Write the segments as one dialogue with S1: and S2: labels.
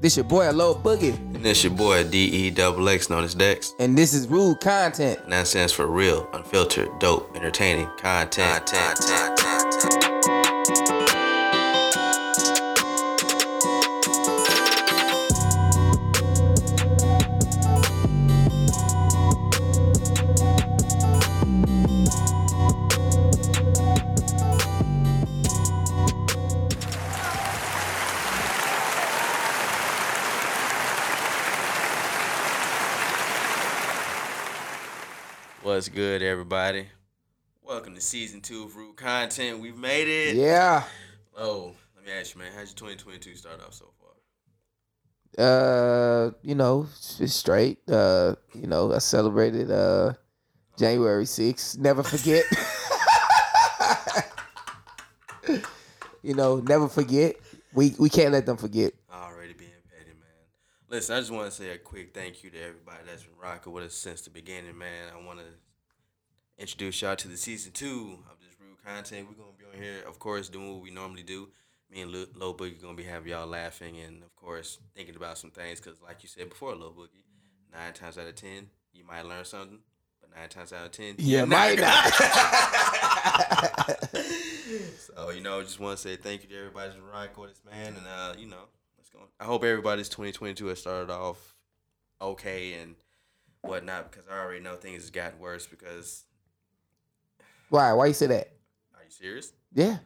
S1: This your boy Low Boogie,
S2: And this your boy D E double X known as Dex.
S1: and this is rude content.
S2: Nonsense for real, unfiltered, dope, entertaining, content. What's good, everybody? Welcome to season two of Root Content. We've made it.
S1: Yeah.
S2: Oh, let me ask you, man, how's your 2022 start off so far?
S1: Uh, you know, it's straight. Uh, you know, I celebrated uh January 6th. Never forget. you know, never forget. We we can't let them forget.
S2: Already being petty, man. Listen, I just want to say a quick thank you to everybody that's been rocking with us since the beginning, man. I want to introduce y'all to the season two of this rude content. We're gonna be on here, of course, doing what we normally do. Me and Lil Lil Boogie gonna be having y'all laughing and, of course, thinking about some things. Cause, like you said before, Lil Boogie, nine times out of ten, you might learn something, but nine times out of ten,
S1: You might not.
S2: so you know, just want to say thank you to everybody that's been rocking with us, man, and uh, you know, let's go. I hope everybody's 2022 has started off okay and whatnot because I already know things has gotten worse. Because
S1: Why? Why you say that?
S2: are you serious?
S1: Yeah.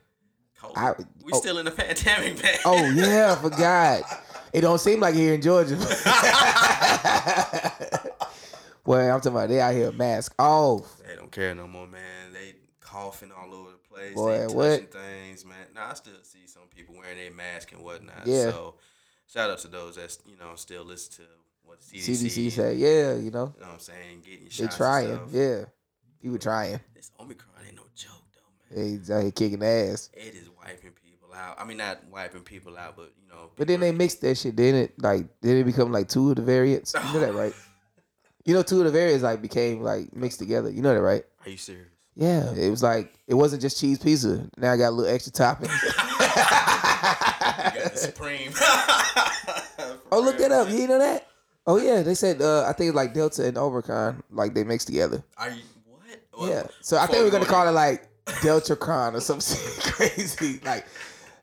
S2: Cold.
S1: I-
S2: we
S1: oh.
S2: still in the pandemic, man.
S1: Oh yeah, I forgot. It don't seem like here in Georgia. well, I'm talking about they out here mask off.
S2: They don't care no more, man. They coughing all over the place.
S1: Boy,
S2: they touching
S1: what?
S2: things, man. Now I still see some people wearing their mask and whatnot.
S1: Yeah.
S2: So shout out to those that's you know still listen to what CDC,
S1: CDC say, yeah, you know
S2: You know what I'm saying? Getting your
S1: they
S2: shots.
S1: trying,
S2: And stuff.
S1: yeah. People trying.
S2: This Omicron ain't no joke though, man.
S1: They out here kicking ass.
S2: It is wiping people out. I mean, not wiping people out, but you know.
S1: But then they
S2: people-
S1: mixed that shit, didn't it? Like, did it become like two of the variants? You know that, right? You know, two of the variants like became like mixed together. You know that, right?
S2: Are you serious?
S1: Yeah, it was like it wasn't just cheese pizza. Now I got a little extra topping.
S2: You got the Supreme. oh,
S1: Oh, look that up. You didn't know that? Oh yeah, they said uh, I think like Delta and Omicron, like they mix together.
S2: Are you what?
S1: yeah, so I think we're gonna call it like DeltaCron or something crazy, like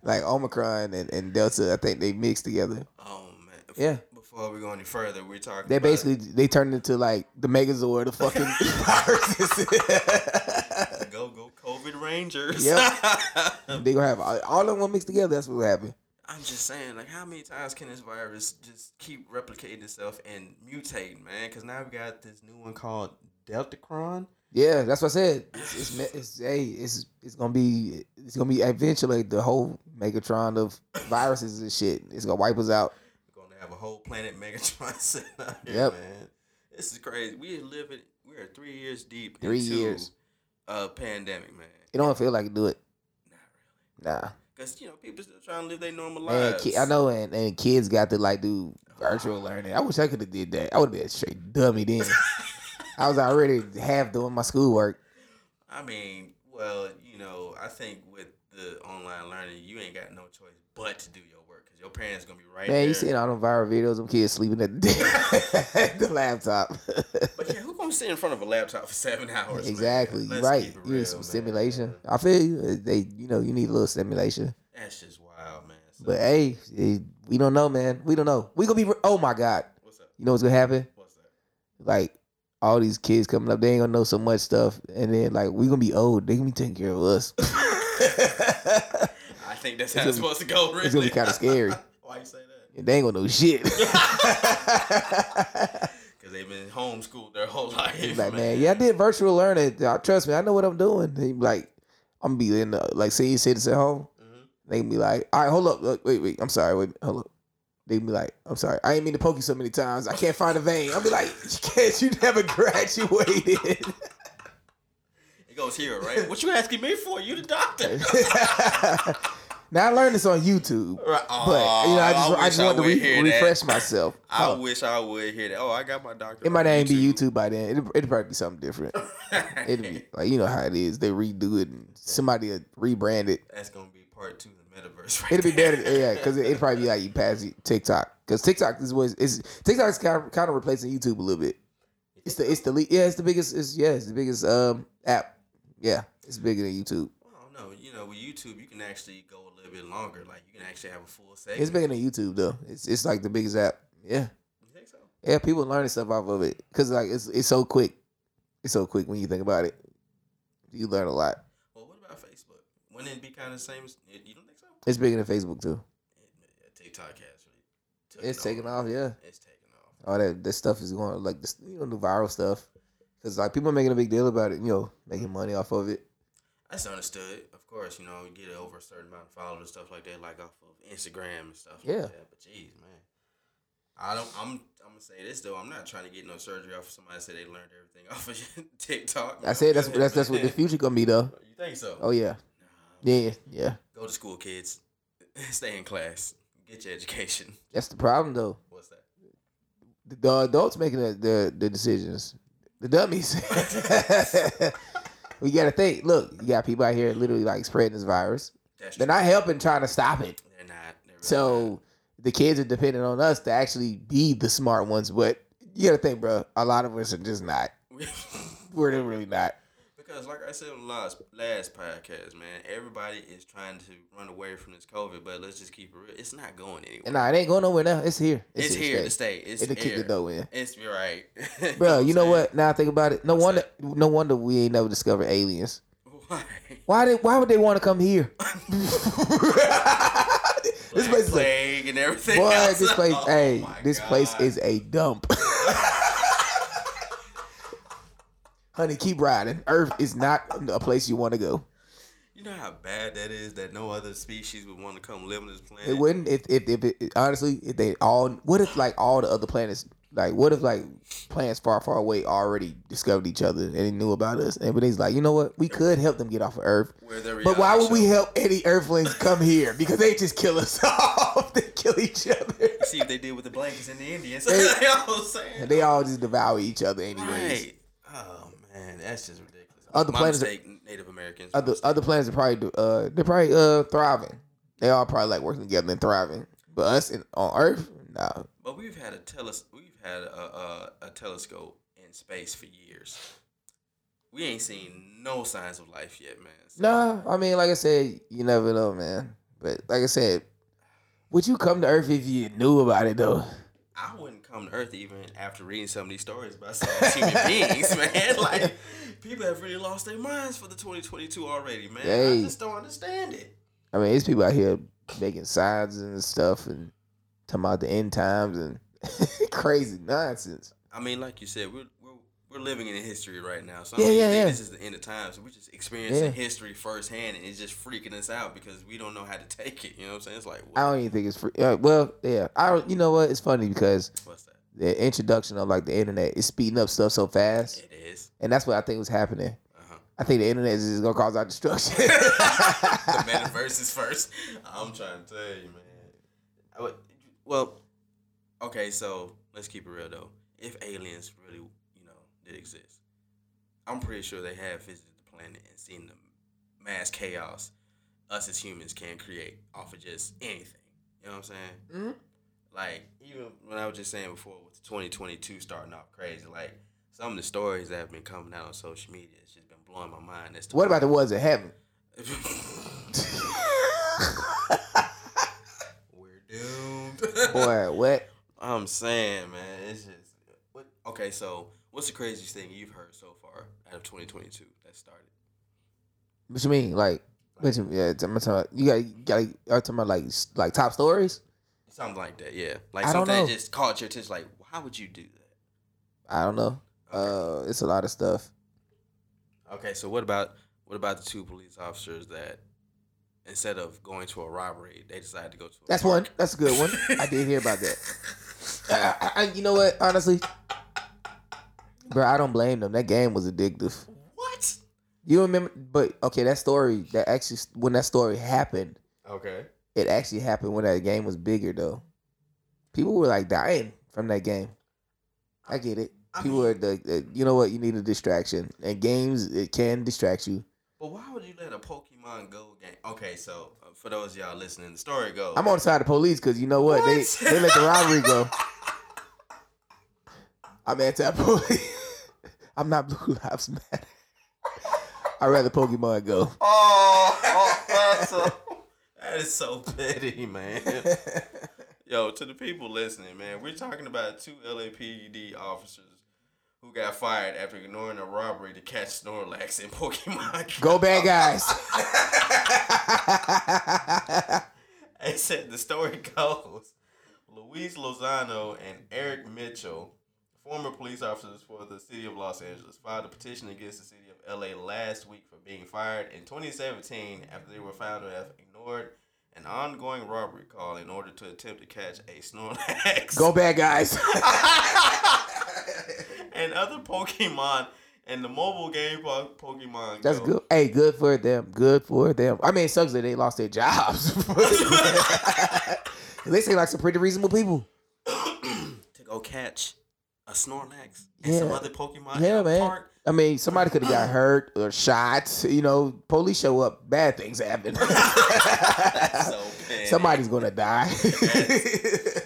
S1: like Omicron and, and Delta. I think they mix together.
S2: Oh man.
S1: Yeah.
S2: Before we go any further, we're talking.
S1: They
S2: about-
S1: basically they turned into like the Megazord of fucking viruses.
S2: go go COVID Rangers.
S1: Yep. they gonna have all, all of them mixed together. That's what happened.
S2: I'm just saying, like, how many times can this virus just keep replicating itself and mutating, man? Because now we got this new one called Deltacron.
S1: Yeah, that's what I said. It's, it's, me- it's hey, it's it's gonna be it's gonna be eventually the whole Megatron of viruses and shit. It's gonna wipe us out.
S2: We're gonna have a whole planet Megatron sitting out here,
S1: Yep.
S2: man. This is crazy. We are living. We are three years deep.
S1: Three
S2: into
S1: years.
S2: A pandemic, man.
S1: It don't feel like it do it.
S2: Not really.
S1: Nah,
S2: Cause you know people still trying to live their normal
S1: man,
S2: lives.
S1: ki- I know, and, and kids got to like do virtual learning. I wish I could have did that. I would have been a straight dummy then. I was already half doing my schoolwork.
S2: I mean, well, you know, I think with the online learning, you ain't got no choice but to do your work because your parents gonna be right
S1: Man,
S2: there.
S1: you seen all them viral videos? Them kids sleeping at the, at the laptop.
S2: But yeah, who gonna sit in front of a laptop for seven hours? man?
S1: exactly, you
S2: Let's
S1: right?
S2: keep it
S1: You
S2: real,
S1: need some
S2: man.
S1: stimulation. I feel you. They, you know, you need a little stimulation.
S2: That's just wild, man. So,
S1: But hey, eh, we don't know, man. We don't know. We gonna be. Re- oh my god!
S2: what's up?
S1: You know what's gonna happen?
S2: What's up?
S1: Like all these kids coming up, they ain't gonna know so much stuff, and then like we gonna be old. They gonna be taking care of us.
S2: I think that's
S1: It's
S2: how it's
S1: gonna
S2: supposed to go. Really,
S1: it's gonna be kinda scary.
S2: Why you say that?
S1: and they ain't gonna know shit.
S2: Because they've been homeschooled their whole life.
S1: like man, yeah, I did virtual learning. Uh, Trust me, I know what I'm doing. They be like I'm gonna be in the like senior citizen home.
S2: Mhm.
S1: They gonna be like, all right, hold up, look, wait, wait, I'm sorry, wait, hold up. They gonna be like, I'm sorry, I ain't mean to poke you so many times. I can't find a vein. I'll be like, can't you never graduated?
S2: It goes here, right? What you asking me for? You the doctor?
S1: now I learned this on YouTube,
S2: Right.
S1: but you know, I just I,
S2: Aw,
S1: just
S2: Ah, wish
S1: wanted to
S2: would
S1: re-
S2: hear that.
S1: refresh myself.
S2: I
S1: Oh,
S2: wish I would hear that. Oh, I got my doctor.
S1: it might
S2: on
S1: not even be YouTube by then. It'd, it'd probably be something different. It'd be like you know how it is. They redo it and somebody will rebrand it.
S2: That's gonna be part two of the metaverse. Right
S1: It'd be
S2: there.
S1: better, yeah, because it'd probably be like you pass it- TikTok, because TikTok is what is TikTok's kind of, kind of replacing YouTube a little bit. It's the it's the le- yeah, it's the biggest, it's yeah, it's the biggest um app. Yeah, it's bigger than YouTube.
S2: I don't know. You know, with YouTube, you can actually go a little bit longer. Like you can actually have a full segment.
S1: It's bigger than YouTube though. It's it's like the biggest app. Yeah,
S2: You think so?
S1: yeah, people learning stuff off of it because like it's it's so quick. It's so quick when you think about it. You learn a lot.
S2: Well, what about Facebook? Wouldn't it be kind of the same? As, you don't think so?
S1: It's bigger than Facebook too.
S2: Yeah, TikTok has really. took
S1: It's
S2: it
S1: taking off, yeah.
S2: It's taking off.
S1: all that this stuff is going like this you know the viral stuff because like people are making a big deal about it you know making money off of it
S2: That's understood, of course. You know, you get over a certain amount of followers, stuff like that, like off of Instagram and stuff.
S1: Yeah.
S2: Like that. But jeez, man, I don't. I'm. I'm gonna say this though. I'm not trying to get no surgery off of somebody. That said they learned everything off of TikTok.
S1: I said that's that's that's what the future gonna be though
S2: You think so?
S1: oh yeah
S2: Nah,
S1: yeah yeah
S2: Go to school, kids. Stay in class. Get your education.
S1: that's the problem though
S2: What's that?
S1: the, the adults making the, the the decisions the dummies we gotta think look you got people out here literally like spreading this virus
S2: That's
S1: they're
S2: true.
S1: not helping trying to stop it
S2: They're not. They're really
S1: So the kids are depending on us to actually be the smart ones, but you gotta think, bro. A lot of us are just not.
S2: not.
S1: We're really not.
S2: Because, like I said on the last last podcast, man, everybody is trying to run away from this COVID, but let's just keep it real. It's not going anywhere.
S1: And nah, it ain't going nowhere now. It's here.
S2: it's, here to
S1: stay.
S2: stay. It's
S1: It'll kick
S2: here.
S1: the door in,
S2: It's you're right,
S1: bro. You know
S2: I'm
S1: what? Now I think about it. No
S2: What's
S1: wonder. No wonder we ain't never discovered aliens.
S2: saying? Why?
S1: Why did? Why would they want to come here? this
S2: Black
S1: place is a,
S2: plague and everything.
S1: boy.
S2: else.
S1: This place.
S2: Oh,
S1: hey,
S2: my
S1: this place
S2: God.
S1: is a dump. Honey, keep riding. Earth is not a place you want to go.
S2: You know how bad that is. That no other species would want to come live on this planet.
S1: It wouldn't if if, if it, honestly if they all what if like all the other planets like what if like planets far far away already discovered each other and they knew about us and but they's like you know what we could help them get off of Earth
S2: Where the
S1: but why would
S2: reality
S1: we help any Earthlings come here because they just kill us off they kill each other
S2: show- see what they did with the blankets and the Indians?
S1: They-
S2: you know what I'm saying?
S1: and they all just devour each other anyways
S2: Right. Oh man, that's just ridiculous.
S1: Other
S2: My
S1: planets-
S2: mistake, Native Americans. My
S1: other
S2: mistake.
S1: other planets are probably uh they're probably uh thriving they all probably like working together and thriving but us in, on Earth nah
S2: But we've had a teles- we've had a, a, a telescope in space for years. We ain't seen no signs of life yet, man. So-
S1: No, I mean, like I said, you never know, man. But like I said, would you come to Earth if you knew about it though?
S2: I wouldn't come to Earth even after reading some of these stories about some of these human beings, man. Like people have really lost their minds for the 2022 already, man.
S1: Hey.
S2: I just don't understand it.
S1: I mean, there's people out here making signs and stuff and talking about the end times and crazy nonsense.
S2: I mean, like you said, we're we're, we're living in history right now. So
S1: Yeah,
S2: I don't
S1: yeah,
S2: think
S1: yeah.
S2: this is the end of time. So we're just experiencing
S1: Yeah.
S2: history firsthand, and it's just freaking us out because we don't know how to take it. You know what I'm saying? It's like,
S1: I
S2: what,
S1: don't even think it's free. Uh, well, yeah, I don't. You know what? It's funny because
S2: what's that?
S1: the introduction of like the internet is speeding up stuff so fast,
S2: It is.
S1: and that's what I think was happening.
S2: Uh-huh.
S1: I think the internet is just gonna cause our destruction.
S2: the metaverse is first. I'm trying to tell you, man. I would- Well, okay, so let's keep it real though. If aliens really, you know, did exist, I'm pretty sure they have visited the planet and seen the mass chaos us as humans can create off of just anything. You know what I'm saying?
S1: Mhm.
S2: Like even when I was just saying before with 2022 starting off crazy, like some of the stories that have been coming out on social media, it's just been blowing my mind. As to
S1: What about the ones in heaven?
S2: We're doomed.
S1: Boy, what?
S2: I'm saying, man, it's just what. Okay, so what's the craziest thing you've heard so far out of 2022 that started?
S1: What you mean? Like, what you, yeah, I'm talking about, you got, you got, I'm talking about like, s- like top stories.
S2: Something like that, yeah. Like
S1: I don't
S2: something that
S1: know.
S2: just caught your attention. Like, how would you do that?
S1: I don't know. Uh, it's a lot of stuff.
S2: Okay, so what about what about the two police officers that instead of going to a robbery, they decided to go to? A
S1: That's one. That's a good one. I did hear about that. I, I- I- you know what? Honestly, bro, I don't blame them. That game was addictive.
S2: What?
S1: You remember? But okay, that story, that actually, when that story happened,
S2: Okay.
S1: it actually happened when that game was bigger though. People were like dying from that game. I uh, get it. People are the, the you know what you need a distraction and games it can distract you.
S2: But why would you let a Pokemon Go game? Okay, so uh, for those of y'all listening, the story goes.
S1: I'm on the side of the police because you know what?
S2: What?
S1: They they let the robbery go. I'm anti-police. I'm not Blue Lives Matter. I rather Pokemon Go.
S2: Oh, oh, that's so, that is so petty, man. Yo, to the people listening, man, we're talking about two LAPD officers who got fired after ignoring a robbery to catch Snorlax in Pokemon.
S1: Go bad guys.
S2: They said the story goes Luis Lozano and Eric Mitchell, former police officers for the city of Los Angeles, filed a petition against the city of LA last week for being fired in 2017 after they were found to have ignored an ongoing robbery call in order to attempt to catch a Snorlax
S1: Go bad guys.
S2: and other Pokemon and the mobile game po- Pokemon.
S1: That's
S2: Go.
S1: good. Hey, good for them. Good for them. I mean, it sucks that they lost their jobs. they seem like some pretty reasonable people.
S2: to go catch a Snorlax and some
S1: Yeah.
S2: other Pokemon
S1: Yeah,
S2: in a
S1: man.
S2: park.
S1: I mean, somebody could have got hurt or shot. You know, police show up, bad things happen.
S2: That's so bad.
S1: Somebody's gonna die.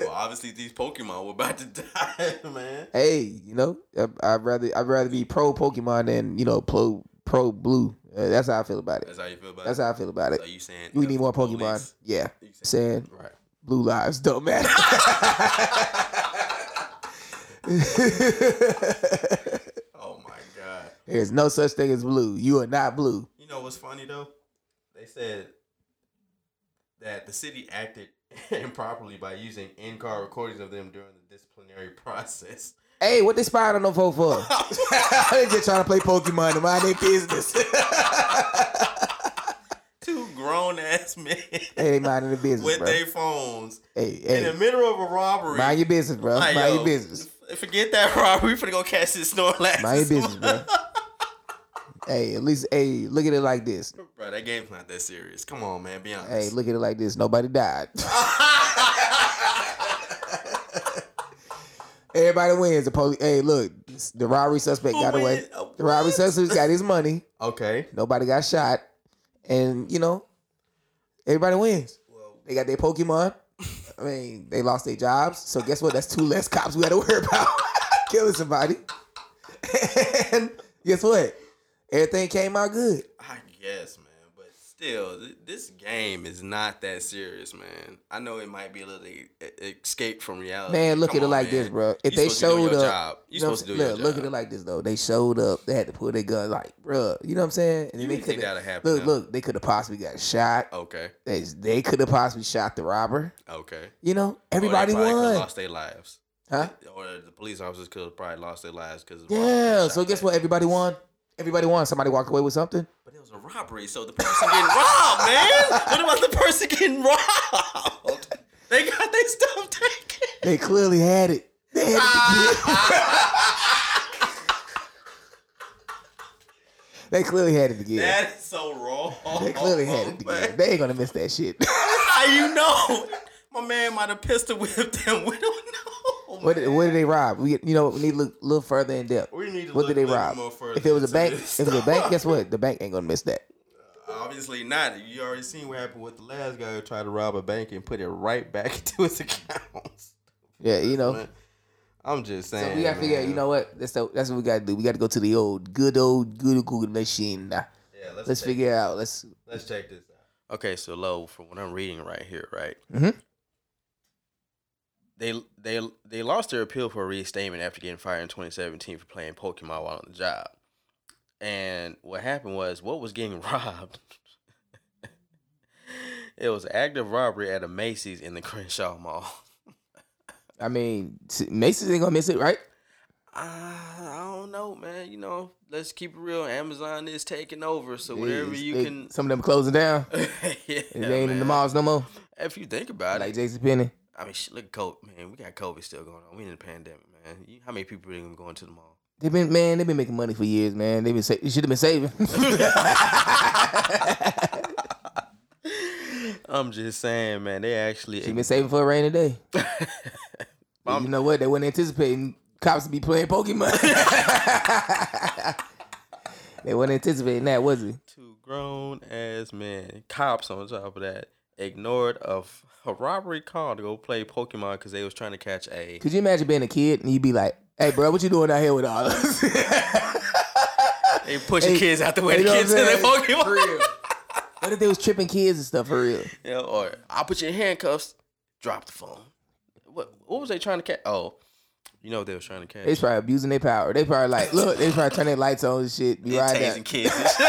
S2: Well, obviously these Pokemon were about to die, man.
S1: hey, you know, I- I'd rather I'd rather be pro Pokemon than you know pro pro blue. Uh, that's how I feel about it.
S2: That's how you feel about
S1: That's
S2: it.
S1: how I feel about it.
S2: so you saying
S1: We
S2: the
S1: need more
S2: police-
S1: Pokemon. Yeah,
S2: You saying-
S1: saying
S2: right.
S1: blue lives don't matter.
S2: Oh my god.
S1: There's no such thing as blue. You are not blue.
S2: You know what's funny though? They said that the city acted improperly by using in-car recordings of them during the disciplinary process.
S1: Hey, what they spying on them folk for? they just trying to play Pokemon and mind their business.
S2: Two grown ass men
S1: hey, they minding their business,
S2: with
S1: bro.
S2: their phones
S1: hey,
S2: in the
S1: hey,
S2: middle of a robbery.
S1: mind your business, bro.
S2: Like,
S1: Mind
S2: yo,
S1: your business.
S2: f- Forget that robbery. We finna go catch this Snorlax.
S1: Mind your business, bro. hey, at least, hey, look at it like this.
S2: Bro, that game's not that serious. Come on, man. Be honest.
S1: Hey, look at it like this. Nobody died. Everybody wins. The police. Hey, look, the robbery suspect
S2: Who
S1: got away.
S2: win? Uh,
S1: The robbery
S2: what?
S1: suspect got his money.
S2: Okay.
S1: Nobody got shot, and you know, everybody wins.
S2: Well,
S1: They got their Pokemon. I mean, they lost their jobs. So guess what? That's two less cops we got to worry about killing somebody. and guess what? Everything came out good.
S2: I guess, man. But still, th- this game is not that serious, man. I know it might be a little e- e- escape from reality.
S1: Man, look
S2: Come
S1: at it
S2: on,
S1: like
S2: man.
S1: this, bro. If
S2: You
S1: they
S2: supposed to do
S1: showed
S2: your
S1: up,
S2: job. you
S1: know what
S2: supposed
S1: I'm
S2: to do
S1: saying?
S2: your
S1: look,
S2: job.
S1: look at it like this though. They showed up. They had to pull their gun, like, bruh, You know what I'm saying? And
S2: You
S1: then they
S2: didn't think
S1: coulda-
S2: that'd happen,
S1: Look,
S2: though.
S1: look, they could have possibly got shot.
S2: Okay.
S1: They, they could have possibly shot the robber.
S2: Okay.
S1: You know, everybody
S2: or Oh, they probably could've
S1: won,
S2: Lost their lives.
S1: huh?
S2: Or the police officers could have probably lost their lives because.
S1: Yeah. So guess what? Everybody won. Everybody won. Somebody walked away with something.
S2: But it was a robbery, so the person getting robbed, man. What about the person getting robbed? They got their stuff taken.
S1: They clearly had it. They had
S2: Ah.
S1: it. They clearly had it again.
S2: That oh, is so wrong.
S1: They clearly had it again. They ain't gonna miss that shit.
S2: How you know? My man might have pistol whipped them. We don't know.
S1: what did, what did they rob? We you know we need to look a little further in depth.
S2: We need to
S1: What
S2: look
S1: did they
S2: a little
S1: rob?
S2: more further
S1: If it was a
S2: into
S1: bank,
S2: this
S1: if it was a bank,
S2: stuff.
S1: guess what? The bank ain't gonna miss that.
S2: Obviously not. You already seen what happened with the last guy who tried to rob a bank and put it right back into his accounts.
S1: Yeah, you know.
S2: Man, I'm just saying.
S1: So we gotta figure out.
S2: man.
S1: You know what? That's the, that's what we gotta do. We gotta go to the old, good old Google machine.
S2: Yeah, let's,
S1: Let's
S2: take-
S1: figure out. Let's
S2: Let's check this out. Okay, so low from what I'm reading right here, right?
S1: Mhm.
S2: They they they lost their appeal for restatement after getting fired in 2017 for playing Pokemon while on the job. And what happened was, what was getting robbed? it was active robbery at a Macy's in the Crenshaw Mall.
S1: I mean, s- Mason's ain't gonna miss it, right?
S2: I don't know, man. You know, let's keep it real. Amazon is taking over, so whatever
S1: They-
S2: you
S1: they-
S2: can.
S1: Some of them closing down.
S2: yeah,
S1: They ain't in the
S2: man.
S1: malls no more.
S2: If you think about
S1: Like
S2: it,
S1: Jason Penny.
S2: I mean, shit, look, COVID, man. We got COVID still going on. We in the pandemic, man. You, how many people are going to the mall?
S1: They've been man, they've been making money for years, man. They've been sa- they should have been saving.
S2: I'm just saying, man. They actually.
S1: They've been saving for a rainy day. But you know what? They weren't anticipating cops to be playing Pokemon. they weren't anticipating that, was it?
S2: two grown ass man, cops on top of that, ignored a, f- a robbery call to go play Pokemon because they was trying to catch a.
S1: Could you imagine being a kid and you'd be like, "Hey, bro, what you doing out here with all us?"
S2: They pushing
S1: Hey,
S2: kids out the way
S1: you
S2: to
S1: know
S2: kids
S1: what
S2: in
S1: I'm saying?
S2: their
S1: For
S2: Pokemon.
S1: real. What if they was tripping kids and stuff for real?
S2: Yeah, or I'll put you in handcuffs. Drop the phone. What What was they trying to catch? Oh, you know what they was trying to catch.
S1: They was probably abusing their power. They probably like, look, they probably turn their lights on and shit. Be
S2: They
S1: right
S2: tasing
S1: down.
S2: kids.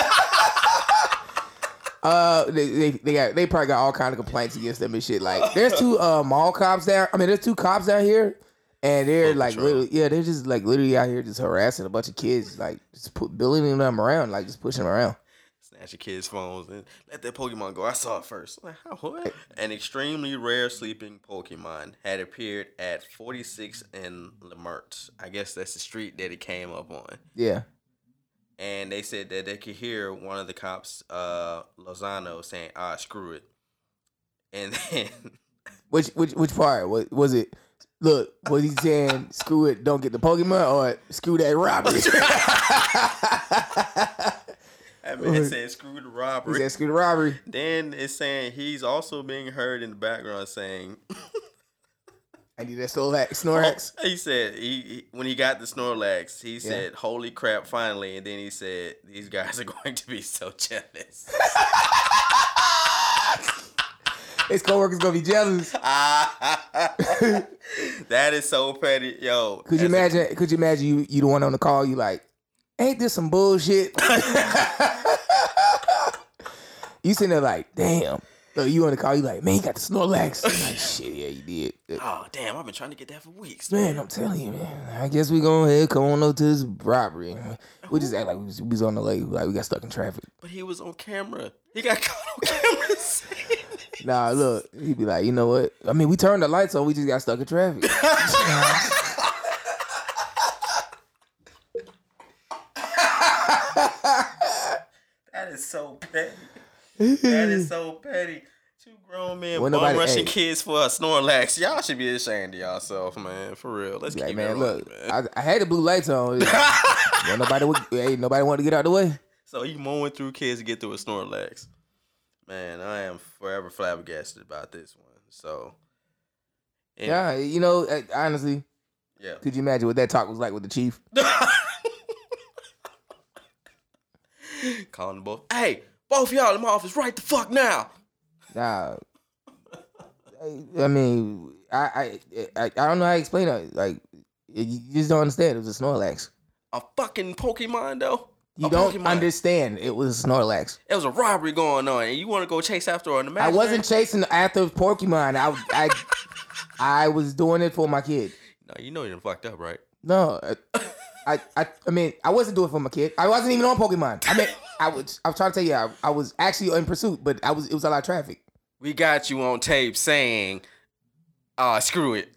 S1: Uh, they, they they got they probably got all kind of complaints against them and shit. Like, there's two uh mall cops down. I mean, there's two cops down here, and they're
S2: Full
S1: like,
S2: control.
S1: literally, yeah, they're just like literally out here just harassing a bunch of kids, like just put, bullying them around, like just pushing them around.
S2: Snatch your kids' phones and let that Pokemon go. I saw it first. I'm like, how? What? An extremely rare sleeping Pokemon had appeared at 46 in Lemert. I guess that's the street that it came up on.
S1: Yeah,
S2: And they said that they could hear one of the cops, uh, Lozano, saying, ah, screw it. And then
S1: which which which part was was it? Look, was he saying screw it, don't get the Pokemon, or screw that robbery?
S2: that man said, screw the
S1: he
S2: robbery.
S1: said screw the robbery.
S2: Then it's saying he's also being heard in the background saying,
S1: I need that Snorlax. Snorlax.
S2: Oh, He said he, he when he got the Snorlax, he said, "Holy crap, finally!" And then he said, "These guys are going to be so jealous."
S1: His coworkers gonna be jealous.
S2: that is so petty, yo.
S1: Could you
S2: as a-
S1: imagine? could you imagine you you the one on the call? You like, ain't this some bullshit? you sitting there like, damn. So you on the call? You like, man, you got the Snorlax. I'm Like, shit, yeah, you did.
S2: oh damn, I've been trying to get that for weeks.
S1: Man, I'm telling you, man. I guess we going ahead come on up to this robbery. We just act like we was, we was on the lake, like we got stuck in traffic.
S2: But he was on camera. He got caught on camera. saying it.
S1: Nah, look, he'd be like, you know what? I mean, we turned the lights on, we just got stuck in traffic.
S2: that is so petty. That is so petty. Two grown men
S1: When
S2: bum
S1: nobody-
S2: rushing
S1: hey.
S2: kids for a Snorlax. Y'all should be ashamed of yourself, man. For real. Let's
S1: Be like,
S2: keep
S1: man,
S2: it
S1: look,
S2: man.
S1: I, I had the blue lights on. Well, nobody, would, hey, nobody wanted to get out of the way.
S2: So he mowing through kids to get through a Snorlax. Man, I am forever flabbergasted about this one. So, and-
S1: Yeah, you know, eh, honestly,
S2: yeah.
S1: could you imagine what that talk was like with the chief?
S2: Calling them both. Hey, both y'all in my office right the fuck now.
S1: Nah, I, I mean, I, I, I, I don't know how to explain it. Like, you you just don't understand. It was a Snorlax.
S2: A fucking Pokemon though.
S1: You
S2: A
S1: don't
S2: Pokemon.
S1: understand. It was a Snorlax.
S2: There was a robbery going on, and you want to go chase after an
S1: I
S2: imaginary?
S1: wasn't chasing after Pokemon. I, I, I was doing it for my kid.
S2: No, you know you done fucked up, right?
S1: No, eh, I, I, I, I mean, I wasn't doing it for my kid. I wasn't even on Pokemon. I mean, I was, I was trying to tell you, I, I was actually in pursuit, but I was, it was a lot of traffic.
S2: We got you on tape saying, "Ah, screw it."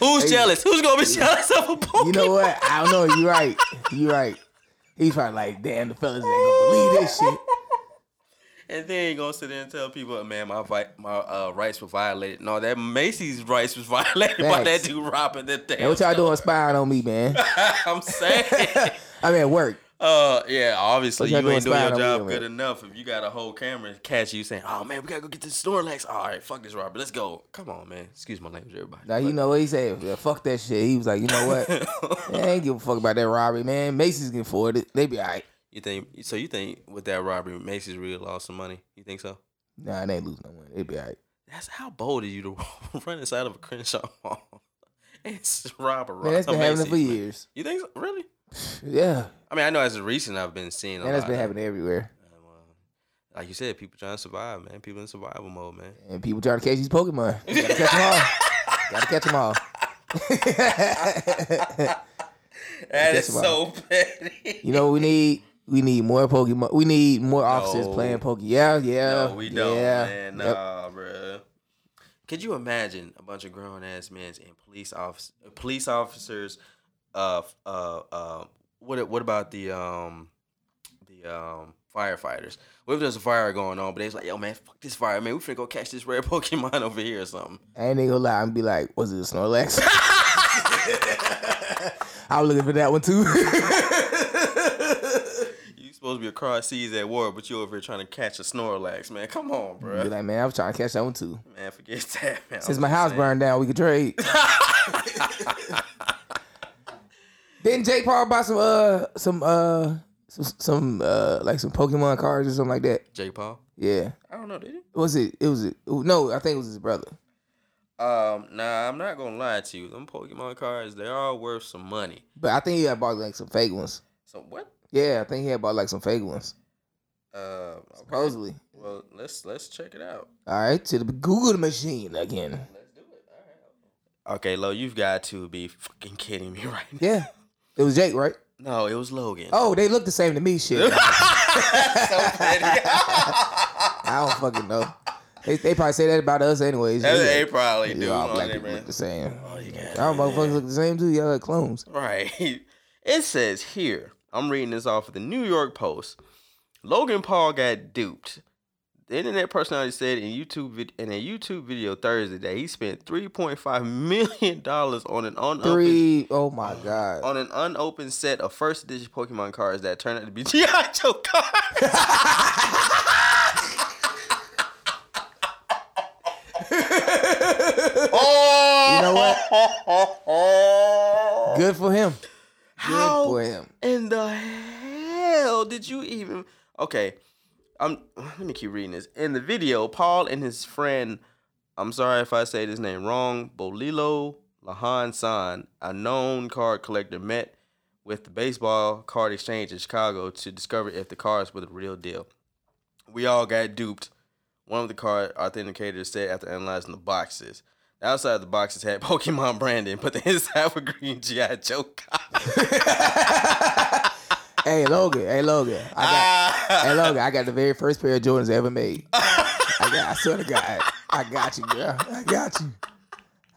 S2: Who's jealous? Who's gonna be jealous of a Pokemon?
S1: You know what? I don't know. You're right. You're right. He's probably like, damn, the fellas ain't gonna believe this shit.
S2: And then you gonna sit there and tell people, man, my vi- my uh, rights were violated. No, that Macy's rights was violated by that
S1: Facts.
S2: dude robbing that damn.
S1: Man, what y'all doing spying on me, man?
S2: I'm saying,
S1: I'm at work.
S2: uh, yeah, obviously
S1: What
S2: you
S1: y'all
S2: ain't
S1: doing
S2: doing your
S1: spying on
S2: job
S1: me,
S2: good
S1: man?
S2: enough. If you got a whole camera catch you saying, oh man, we gotta go get this Snorlax. All right, fuck this robbery, let's go. Come on, man. Excuse my language, everybody.
S1: Now you know what he said. Yeah, fuck that shit. He was like, you know what? Man, I ain't give a fuck about that robbery, man. Macy's can afford it. They be all right.
S2: You think so? You think with that robbery, Macy's really lost some money? You think so?
S1: Nah, they ain't losing no money. They be all right.
S2: That's how bold are you to run inside of a Crenshaw mall and s- rob a
S1: Man,
S2: robbery?
S1: that's been happening for years.
S2: You think so? really?
S1: Yeah.
S2: I mean, I know as of recent I've been seeing a
S1: Man, that's
S2: lot.
S1: been
S2: of-
S1: happening everywhere.
S2: um, uh, like you said, people trying to survive, man. People in survival mode, man.
S1: And people trying to catch these Pokemon. You gotta catch them all. gotta catch them all.
S2: That
S1: is so
S2: petty.
S1: You know what we need? We need more Pokemon. We need more officers
S2: No.
S1: playing Pokemon. Yeah, yeah.
S2: No, we don't,
S1: yeah.
S2: man.
S1: Yep.
S2: Nah, bruh. Could you imagine a bunch of grown ass men and police office, police officers? Uh, uh, uh, what what about the um, the um firefighters? What if there's a fire going on, but they was like, yo, man, fuck this fire, man. We finna go catch this rare Pokemon over here or something.
S1: I ain't gonna lie. I'm gonna be like, was it a Snorlax? I was looking for that one too.
S2: You supposed to be across seas at war, but you over here trying to catch a Snorlax, man. Come on, bro.
S1: Be like, man, I was trying to catch that one too.
S2: man, forget that, man.
S1: Since my house burned down, we could trade. Didn't Jake Paul buy some uh some uh some, some uh like some Pokemon cards or something like that?
S2: Jake Paul.
S1: Yeah.
S2: I don't know, did he?
S1: Was it? It was it. No, I think it was his brother.
S2: Um, nah, I'm not gonna lie to you. Them Pokemon cards, they are worth some money.
S1: But I think he had bought like some fake ones.
S2: So what?
S1: Yeah, I think he had bought like some fake ones.
S2: Uh, okay.
S1: Supposedly.
S2: Well, let's let's check it out.
S1: All right, to the Google machine again.
S2: Let's do it. All right. Okay, Lo, you've got to be fucking kidding me right now.
S1: Yeah. It was Jake, right?
S2: No, it was Logan.
S1: Oh, they look the same to me. Shit.
S2: so petty.
S1: I don't fucking know. They, they probably say that about us anyways.
S2: That's
S1: Yeah.
S2: they probably do.
S1: Yeah, all
S2: on
S1: black
S2: there,
S1: people
S2: man.
S1: look the same.
S2: Oh, you got
S1: Y'all
S2: it,
S1: motherfuckers
S2: man.
S1: look the same too. Y'all like clones.
S2: Right. It says here, I'm reading this off of the New York Post. Logan Paul got duped. The internet personality said in YouTube vid- in a YouTube video Thursday that he spent 3.5 million dollars on an unopened
S1: Three. Oh my god.
S2: on an unopened set of first edition Pokemon cards that turned out to be GI Joe cards. oh,
S1: You know what?
S2: what?
S1: Good for him.
S2: Oh. How
S1: for him.
S2: in the hell did you even? Okay, I'm. Let me keep reading this. In the video, Paul and his friend. I'm sorry if I say this name wrong. Bolilo Lahan San, a known card collector, met with the baseball card exchange in Chicago to discover if the cards were the real deal. We all got duped. One of the card authenticators said after analyzing the boxes. The outside of the boxes had Pokemon branding, but the inside were green G.I. Joe cards.
S1: Hey Logan. Hey Logan. I got. hey Logan. I got the very first pair of Jordans I ever made. I got. I swear to God. I got you, girl. I got you.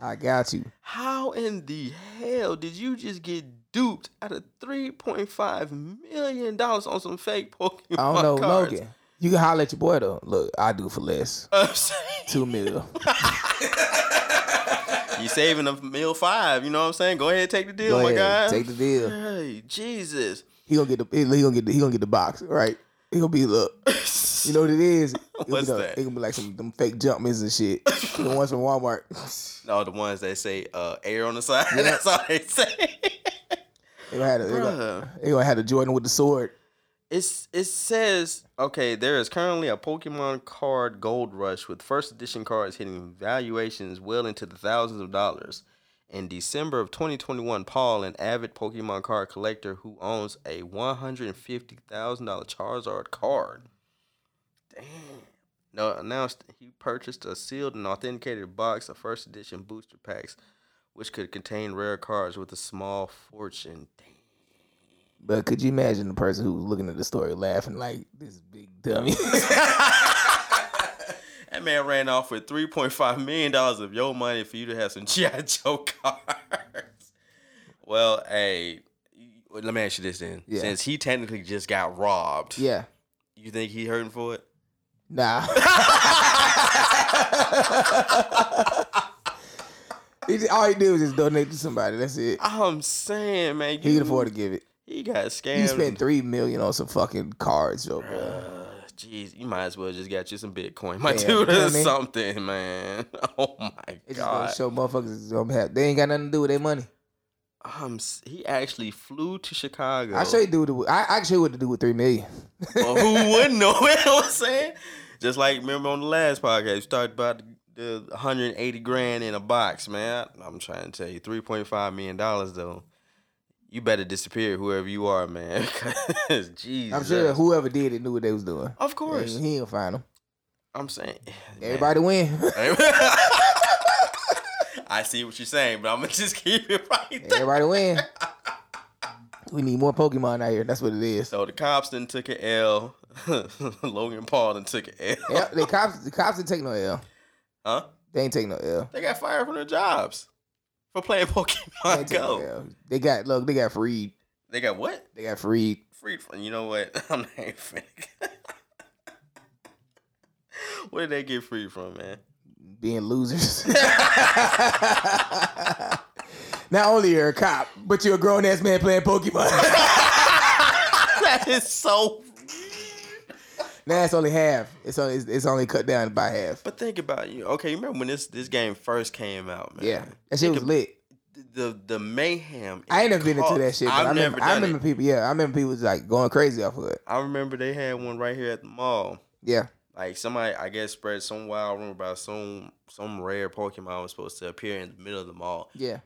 S1: I got you.
S2: How in the hell did you just get duped out of three point five million dollars on some fake Pokemon
S1: I don't know,
S2: cards?
S1: Logan. You can holler at your boy though. Look, I do for less.
S2: I'm saying,
S1: Two mil.
S2: you saving a meal five. You know what I'm saying? Go ahead, take the deal,
S1: Go
S2: my
S1: ahead,
S2: guy.
S1: take the deal.
S2: Hey, Jesus.
S1: He gonna get the. He gonna get the. He gonna get the box. Right. He gonna be look. You know what it is? It
S2: What's
S1: gonna,
S2: that?
S1: It gonna be like some them fake jumpmans and shit. the ones from Walmart.
S2: All the ones that say uh, air on the side. That's all they say.
S1: They gonna have the, they
S2: Bruh.
S1: gonna, they gonna have the Jordan with the sword.
S2: It's it says okay. There is currently a Pokemon card gold rush with first edition cards hitting valuations well into the thousands of dollars. In December of 2021, Paul, an avid Pokemon card collector who owns a $150,000 Charizard card, damn, no, announced he purchased a sealed and authenticated box of first edition booster packs, which could contain rare cards with a small fortune. Damn.
S1: But could you imagine the person who was looking at the story laughing like this big dummy?
S2: That man ran off with three point five million dollars of your money for you to have some GI Joe cards. Well, hey, let me ask you this then:
S1: Yeah.
S2: since he technically just got robbed,
S1: yeah.
S2: you think he hurting for it?
S1: Nah. he just, all he did was just donate to somebody. That's it.
S2: I'm saying, man,
S1: He
S2: you-
S1: can afford to give it.
S2: He got scammed.
S1: You spent three million on some fucking cards, yo, bro.
S2: Uh, Jeez, you might as well just got you some Bitcoin, my
S1: Yeah,
S2: dude,
S1: you know what
S2: or
S1: I mean?
S2: something, man. Oh my
S1: It's just
S2: god!
S1: gonna show motherfuckers is gonna have, they ain't got nothing to do with their money.
S2: I'm Um, s- he actually flew to Chicago.
S1: I show you do with, I, I can show you what to do with three million.
S2: well, who wouldn't know? You know what I'm saying? Just like remember on the last podcast, we talked about the 180 grand in a box, man. I'm trying to tell you, 3.5 million dollars though. You better disappear, whoever you are, man. 'Cause Jesus,
S1: I'm sure whoever did it knew what they was doing. Of
S2: of course.
S1: He ain't gonna find them.
S2: I'm saying
S1: Everybody win.
S2: Man. I see what you're saying, but I'm gonna just keep it right there.
S1: Everybody win. We need more Pokemon out here. That's what it is.
S2: So the cops then took an L. Logan Paul then took an L.
S1: Yeah, the cops, the cops didn't take no L.
S2: Huh?
S1: They ain't take no L.
S2: They got fired from their jobs for playing
S1: They,
S2: Pokemon
S1: ain't take no
S2: Go.
S1: L. they got look. They got freed.
S2: They got what?
S1: They got freed.
S2: Freed from. You know what? I'm not even finna. what did they get freed from, man?
S1: Being losers. Not only you're a cop, but you're a grown ass man playing Pokemon.
S2: that is so
S1: Now it's only half. It's only it's, it's only cut down by half.
S2: But think about you. Okay, you remember when this this game first came out, man?
S1: Yeah, that shit
S2: Think
S1: was
S2: ab-
S1: lit.
S2: The the mayhem.
S1: I ain't
S2: it
S1: never been into
S2: caused.
S1: that shit. But
S2: I've
S1: I remember,
S2: never
S1: I
S2: done
S1: remember
S2: it.
S1: people. Yeah, I remember people was like going crazy off of it.
S2: I remember they had one right here at the mall.
S1: Yeah,
S2: Like somebody, I guess, spread some wild rumor about some some rare Pokemon was supposed to appear in the middle of the mall.
S1: yeah.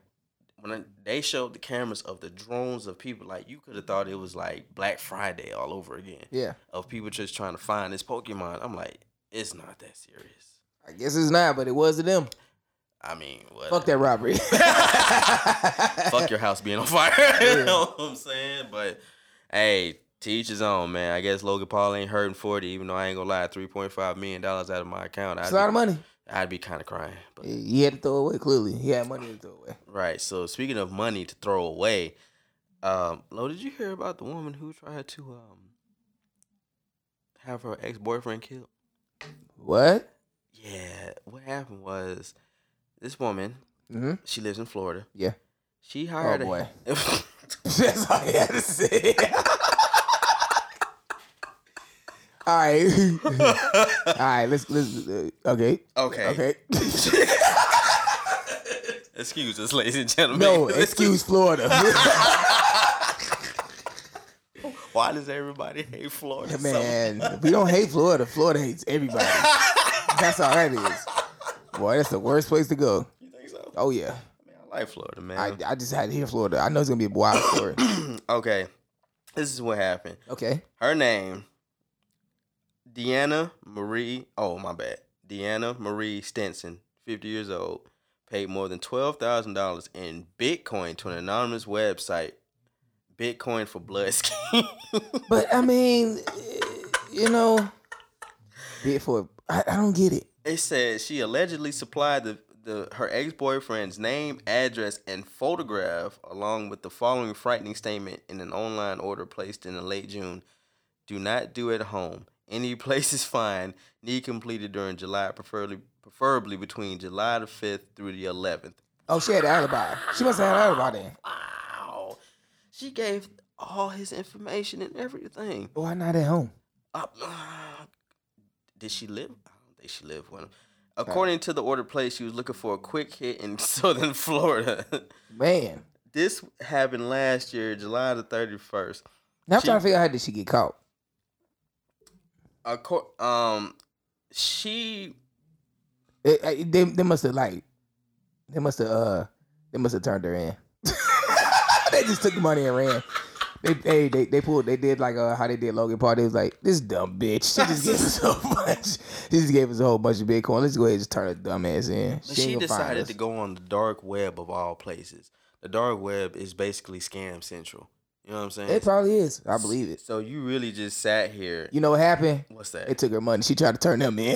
S2: When I, they showed the cameras of the drones of people, like you could have thought it was like Black Friday all over again
S1: Yeah,
S2: of people just trying to find this Pokemon. I'm like, it's not that serious.
S1: I guess it's not, but it was to them.
S2: I mean, what?
S1: Fuck that robbery.
S2: fuck your house being on fire.
S1: Yeah.
S2: you know what I'm saying? But hey, teach his own, man. I guess Logan Paul ain't hurting 40, even though I ain't gonna lie, three point five million dollars out of my account.
S1: It's a lot
S2: I'd
S1: of
S2: be,
S1: money.
S2: I'd be kinda crying. But
S1: He had to throw away. Clearly, he had money to throw away.
S2: right. So speaking of money to throw away, um, Lo, did you hear about the woman who tried to um have her ex boyfriend killed?
S1: What?
S2: Yeah, what happened was this woman,
S1: Mm-hmm.
S2: she lives in Florida.
S1: Yeah. Oh,
S2: She hired
S1: boy.
S2: a
S1: That's all he had to say. all right, all right. Let's let's. Uh, okay,
S2: Okay.
S1: okay.
S2: excuse us, ladies and gentlemen.
S1: no, excuse Florida.
S2: Why does everybody hate Florida?
S1: Man, we don't hate Florida. Florida hates everybody. That's all that is. Boy, that's the worst place to go.
S2: So, you think so?
S1: Oh yeah,
S2: Man, I like Florida,
S1: I,
S2: man.
S1: I just had to hear Florida. I know it's gonna be a wild story.
S2: okay, this is what happened.
S1: Okay,
S2: Her name, Deanna Marie. Oh my bad, Deanna Marie Stenson, fifty years old, paid more than twelve thousand dollars in Bitcoin to an anonymous website, Bitcoin for Blood Scheme.
S1: but I mean, eh, you know, bit for I, I don't get it.
S2: It said she allegedly supplied the, the her ex boyfriend's name, address, and photograph, along with the following frightening statement in an online order placed in late June. Do not do at home. Any place is fine. Need completed during July, preferably preferably between July the fifth through the eleventh.
S1: Oh, she had an alibi. She must have had an alibi then.
S2: Wow, she gave all his information and everything.
S1: Why not at home?
S2: Uh, uh, did she live? I don't think she lived with him. According to the order placed, she was looking for a quick hit in Southern Florida.
S1: Man,
S2: this happened last year, July the thirty first.
S1: now I'm
S2: She-
S1: trying to figure out how did she get caught.
S2: Acor- um, she
S1: Eh, eh, they they must have like they must have uh they must have turned her in. they just took the money and ran. They they they, they pulled they did like uh, how they did Logan Paul. They was like this dumb bitch. She just gave us so much. She just gave us a whole bunch of Bitcoin. Let's go ahead and just turn her dumb ass in.
S2: But
S1: ain't
S2: she
S1: gonna find
S2: decided
S1: us.
S2: to go on the dark web of all places. The dark web is basically scam central. You know what I'm saying?
S1: It probably is. I believe it.
S2: so you really just sat here.
S1: You know what happened?
S2: What's that?
S1: They took her money. She tried to turn them in.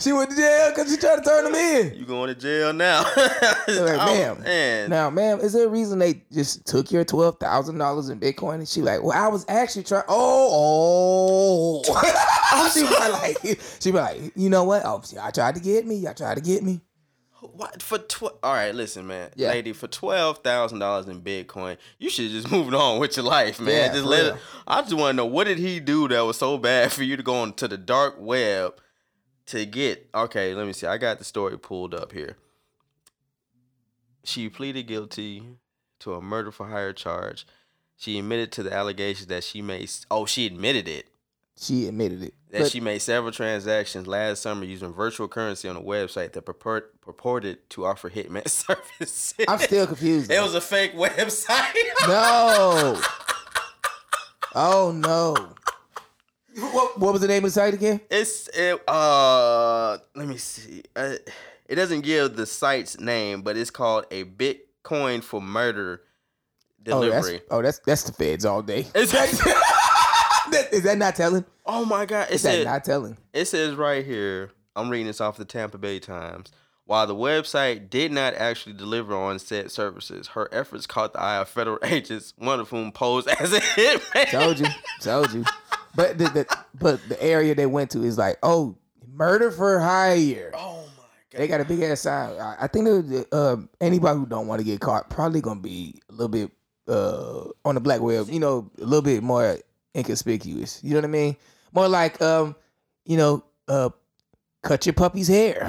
S1: she went to jail because she tried to turn them in.
S2: you going to jail now?
S1: like,
S2: Oh,
S1: ma'am,
S2: man.
S1: Now, ma'am, is there a reason they just took your twelve thousand dollars in Bitcoin? And she like, well, I was actually trying. Oh, oh. she was like, she was like, you know what? Oh, see, I tried to get me. I tried to get me.
S2: What for tw- All right, listen, man,
S1: Yeah.
S2: lady, for twelve thousand dollars in Bitcoin, you should just moved on with your life, man.
S1: Yeah,
S2: just
S1: for
S2: let
S1: real.
S2: it. I just want to know what did he do that was so bad for you to go into the dark web to get? Okay, let me see. I got the story pulled up here. She pleaded guilty to a murder for hire charge. She admitted to the allegations that she made. Oh, she admitted it
S1: She admitted it.
S2: that
S1: But-
S2: she made several transactions last summer using virtual currency on a website that purport, purported to offer hitman services.
S1: I'm still confused.
S2: it was a fake website.
S1: no. Oh no. What, what was the name of the site again?
S2: it's it, uh let me see. Uh, it doesn't give the site's name, but it's called a Bitcoin for murder
S1: Oh, that's
S2: delivery.
S1: oh, that's that's the feds all day.
S2: It's like,
S1: That- Is that not telling?
S2: oh my god! It
S1: Is that
S2: said,
S1: not telling?
S2: It says right here, I'm reading this off the Tampa Bay Times. While the website did not actually deliver on said services, her efforts caught the eye of federal agents, one of whom posed as a hitman.
S1: Told you, told you. But the, the but the area they went to is like, oh, murder for hire.
S2: Oh my
S1: They got a um, big ass sign. I, I think that, uh, anybody who don't want to get caught probably gonna be a little bit uh on the black web, you know, a little bit more inconspicuous. You know what I mean? More like um, you know, uh cut your puppy's hair.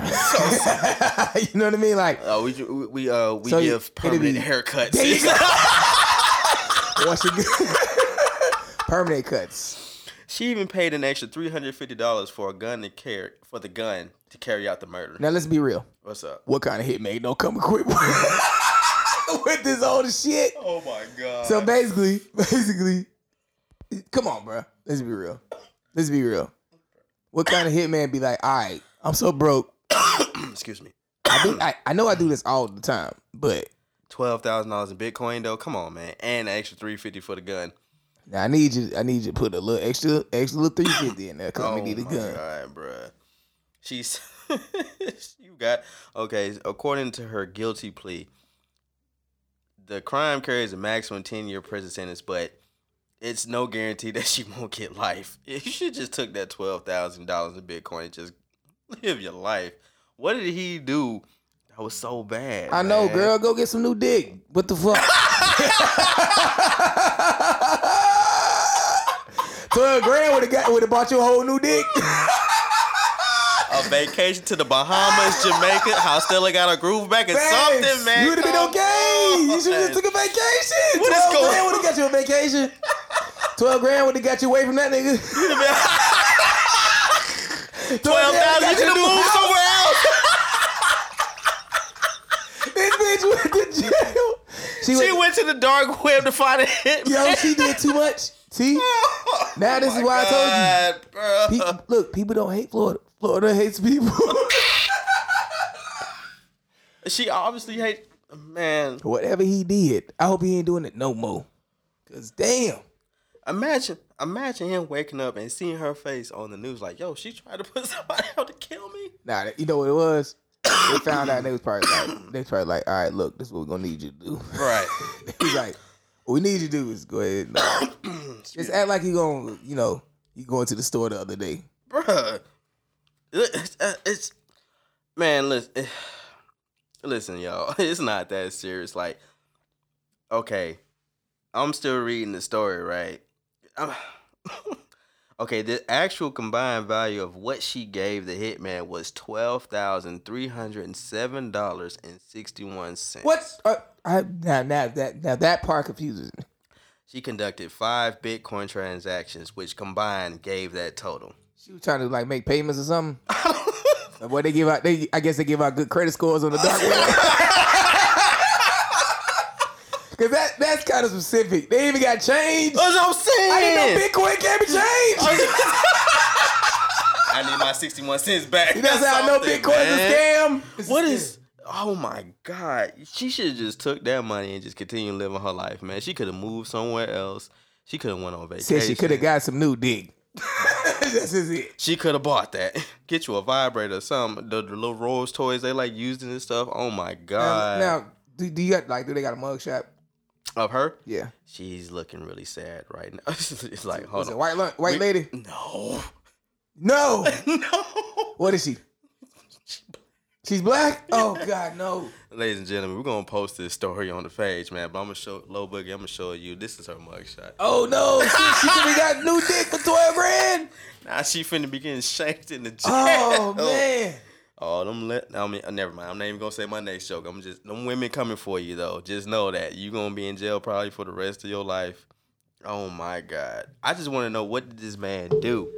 S1: you know what I mean? Like
S2: Uh, we we we, uh, we
S1: So you-
S2: give permanent
S1: it'll be-
S2: haircuts.
S1: There you go. once again permanent cuts.
S2: she even paid an extra three hundred fifty dollars for a gun to carry for the gun to carry out the murder.
S1: Now let's be real.
S2: What's up?
S1: What kind of hitman don't come equipped with, with this old shit?
S2: Oh my god.
S1: So basically, basically, come on, bro. Let's be real. Let's be real. What kind of hitman be like? All right, I'm so broke.
S2: excuse me.
S1: I, do, I I know I do this all the time, but
S2: Twelve thousand dollars in Bitcoin though. Come on, man, and an extra three fifty for the gun.
S1: now I need you. I need you to put a little extra, extra little three fifty in there because
S2: Oh
S1: we need a
S2: my
S1: gun.
S2: god, bruh. She's you got okay. According to her guilty plea, the crime carries a maximum ten year prison sentence, but it's no guarantee that she won't get life. You should just took that twelve thousand dollars in Bitcoin and just live your life. What did he do that was so bad?
S1: I know,
S2: man?
S1: girl. Go get some new dick. What the fuck? Twelve grand would have got would have bought you a whole new dick.
S2: A vacation to the Bahamas, Jamaica. I still got a groove back and
S1: Thanks.
S2: something, man.
S1: You would have been
S2: Come
S1: okay. You should have
S2: on.
S1: just took a vacation.
S2: What is
S1: Twelve
S2: going
S1: grand
S2: on?
S1: would have got you a vacation. Twelve grand would have got you away from that nigga.
S2: Twelve thousand. You
S1: grand would've got
S2: could have
S1: you a new
S2: moved
S1: house.
S2: somewhere
S1: This
S2: else.
S1: bitch went to jail. She,
S2: She
S1: went.
S2: went to the dark web to find a hit.
S1: Yo, she did too much. See, Now this is why I
S2: told
S1: Pe- look, people don't hate Florida. Florida hates people.
S2: She obviously hate man.
S1: Whatever he did, I hope he ain't doing it no more. Cause damn,
S2: Imagine, imagine him waking up and seeing her face on the news, like, "Yo, she tried to put somebody out to kill me."
S1: nah, you know what it was. They found out. They was probably like, they was probably like, all right, look, this is what we're gonna need you to do.
S2: Right.
S1: He's like, what we need you to do is go ahead. And, uh, just act like you going you know, you going to the store the other day.
S2: bruh. It's, uh, it's man, listen, listen, y'all. It's not that serious. Like, okay, I'm still reading the story, right? I'm, okay, the actual combined value of what she gave the hitman was twelve thousand three hundred and seven dollars and sixty one cents.
S1: What? Uh, I, now, now that now that part confuses me.
S2: She conducted five Bitcoin transactions, which combined gave that total.
S1: She was trying to like make payments or something. Like, What they give out? They I guess they give out good credit scores on the dark web. Cause that that's kind of specific. They even got change.
S2: That's what I'm saying.
S1: I didn't know Bitcoin can be changed.
S2: I need my 61 cents back.
S1: You know what I'm saying? I know
S2: something,
S1: Bitcoin's
S2: man.
S1: a scam. It's a
S2: What
S1: scam.
S2: is. Oh my God. She should have just took that money and just continued living her life, man. She could have moved somewhere else. She could have went on vacation.
S1: Said she could have got some new dick. this is it.
S2: She could have bought that. Get you a vibrator or something. The, the little Rolls toys they like using and stuff. Oh my
S1: Now,
S2: God.
S1: now do, do you got like do they got a mug shot?
S2: of her?
S1: Yeah.
S2: She's looking really sad right now. it's like, hold
S1: Was it
S2: on.
S1: white lun- white
S2: We-
S1: lady?
S2: No.
S1: No.
S2: No.
S1: What is she? She's black? Oh God, no.
S2: Ladies and gentlemen, we're gonna post this story on the page, man. But I'm gonna show Low Boogie. I'm gonna show you. This is her mugshot.
S1: Oh no. She, she could have got new dick for twelve grand.
S2: Now she finna be getting shanked in the jail.
S1: Oh man.
S2: Oh, them. Let, I mean, uh, never mind. I'm not even gonna say my next joke. I'm just them women coming for you though. Just know that you gonna be in jail probably for the rest of your life. Oh my God. I just want to know what did this man do?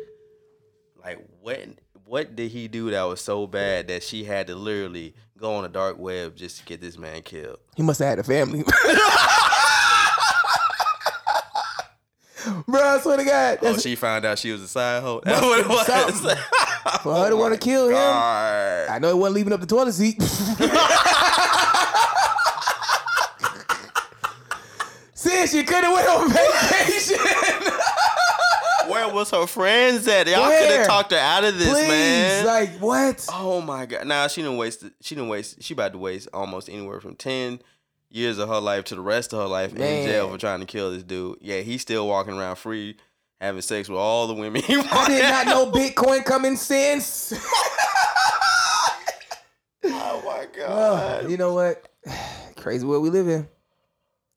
S2: Like what? What did he do that was so bad that she had to literally go on the dark web just to get this man killed?
S1: He must have had a family. Bro, I swear to God.
S2: Oh,
S1: That's,
S2: she found out she was a side hoe. That's what it was.
S1: something.
S2: Oh,
S1: for her to want to kill him.
S2: Alright.
S1: I know it wasn't leaving up the toilet seat. Sis, you could have went on vacation.
S2: Where was her friends at? Y'all
S1: Where?
S2: could have talked her out of this,
S1: Please,
S2: man.
S1: like what?
S2: oh my god. Nah, she didn't waste. She didn't waste. She about to waste almost anywhere from ten years of her life to the rest of her life in
S1: Man.
S2: jail for trying to kill this dude. Yeah, he's still walking around free, having sex with all the women he wanted.
S1: I did not know Bitcoin coming since.
S2: Oh my god.
S1: Oh, you know what? Crazy world we live in.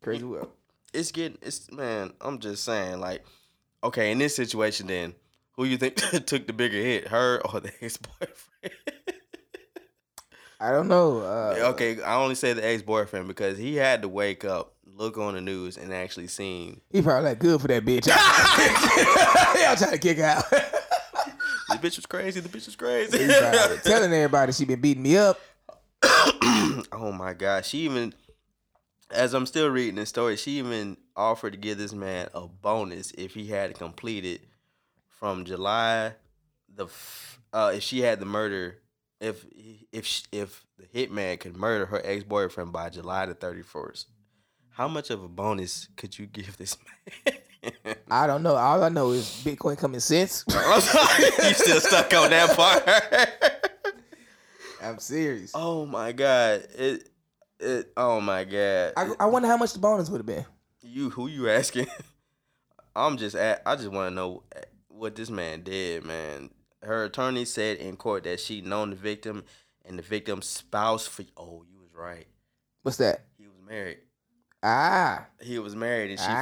S1: Crazy world.
S2: it's getting it's man. I'm just saying like, okay, in this situation, then who you think took the bigger hit, her or the ex boyfriend?
S1: I don't know. Uh,
S2: okay, I only say the ex boyfriend because he had to wake up, look on the news, and actually seen
S1: He probably like good for that bitch. Y'all trying to kick her out.
S2: the bitch was crazy. The bitch was crazy.
S1: He probably telling everybody she been beating me up.
S2: oh my god, she even. As I'm still reading this story, she even offered to give this man a bonus if he had completed from July the f- uh, if she had the murder if if sh- if the hitman could murder her ex boyfriend by July the 31st. How much of a bonus could you give this man?
S1: I don't know. All I know is Bitcoin coming since.
S2: I'm sorry, you still stuck on that part.
S1: I'm serious.
S2: oh my god, it it. Oh my god.
S1: I, I wonder how much the bonus would have been.
S2: You who you asking? I'm just at, I just want to know eh, what this man did, man. Her attorney said in court that she known the victim and the victim's spouse for oh, you was right.
S1: What's that?
S2: He was married.
S1: Ah,
S2: He was married and she
S1: Ah.
S2: found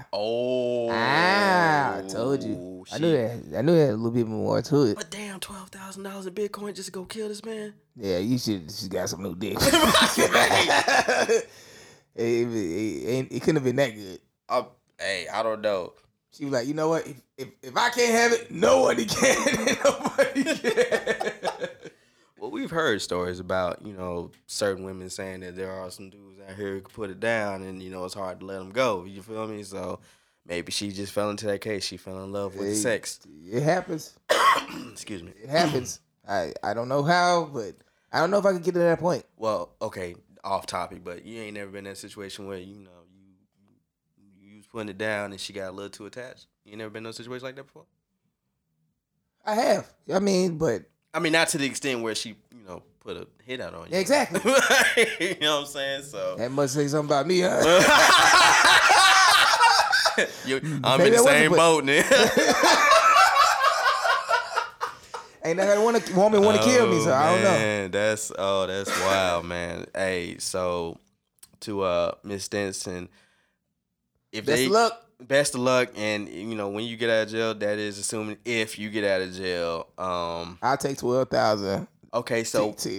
S2: out. Oh.
S1: ah! I told you. I knew
S2: she-
S1: that. I knew that a little bit more to it.
S2: But damn, twelve thousand dollars in Bitcoin just to go kill this man.
S1: Yeah, you should. She got some new dick.
S2: Right.
S1: it, it, it ain't- it couldn't have been that good.
S2: Uh, hey, I don't know.
S1: She was like, you know what? If if, if I can't have it, nobody can. nobody can.
S2: Well, we've heard stories about you know certain women saying that there are some dudes out here who can put it down, and you know it's hard to let them go. You feel me? So maybe she just fell into that case. She fell in love with
S1: Hey.
S2: the sex.
S1: it happens.
S2: Excuse me.
S1: It happens. I I don't know how, but I don't know if I could get to that point.
S2: Well, okay, off topic, but you ain't never been in that situation where you know you you was putting it down and she got a little too attached. You ain't never been in a situation like that before.
S1: I have. I mean, but
S2: I mean, not to the extent where she you know put a hit out on you.
S1: Exactly.
S2: you know what I'm saying? So.
S1: that must say something about me, huh?
S2: You- I'm in
S1: Maybe I
S2: the
S1: wasn't,
S2: same
S1: but-
S2: boat, nigga.
S1: Ain't that want to woman want to kill me? So I don't know.
S2: Oh, man, That's oh, that's wild, man. Hey, so to uh Miss Stinson, if
S1: Best
S2: they
S1: of luck.
S2: best of luck, and you know when you get out of jail, that is assuming if you get out of jail. Um,
S1: I'll take twelve thousand.
S2: okay,
S1: So
S2: so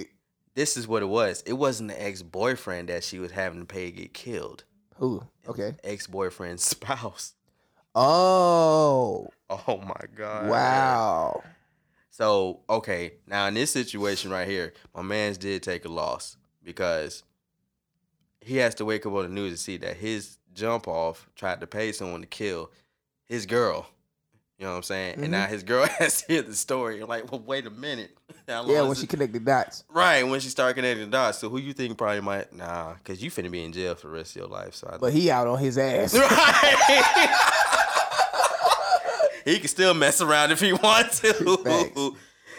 S2: this is what it was. It wasn't the ex boyfriend that she was having to pay to get killed.
S1: who? Okay.
S2: Ex boyfriend's spouse.
S1: Oh
S2: Oh my god!
S1: wow.
S2: So okay, now in this situation right here, my man's did take a loss because he has to wake up on the news and see that his jump off tried to pay someone to kill his girl. You know what I'm saying? And
S1: Mm-hmm.
S2: now his girl has to hear the story and like, well, wait a minute. How long
S1: Yeah,
S2: is
S1: when
S2: it-
S1: she connected dots.
S2: right when she started connecting the dots. So who you think probably might nah? Because you finna be in jail for the rest of your life. So I
S1: But he out on his ass.
S2: Right. he can still mess around if he wants to.
S1: Facts.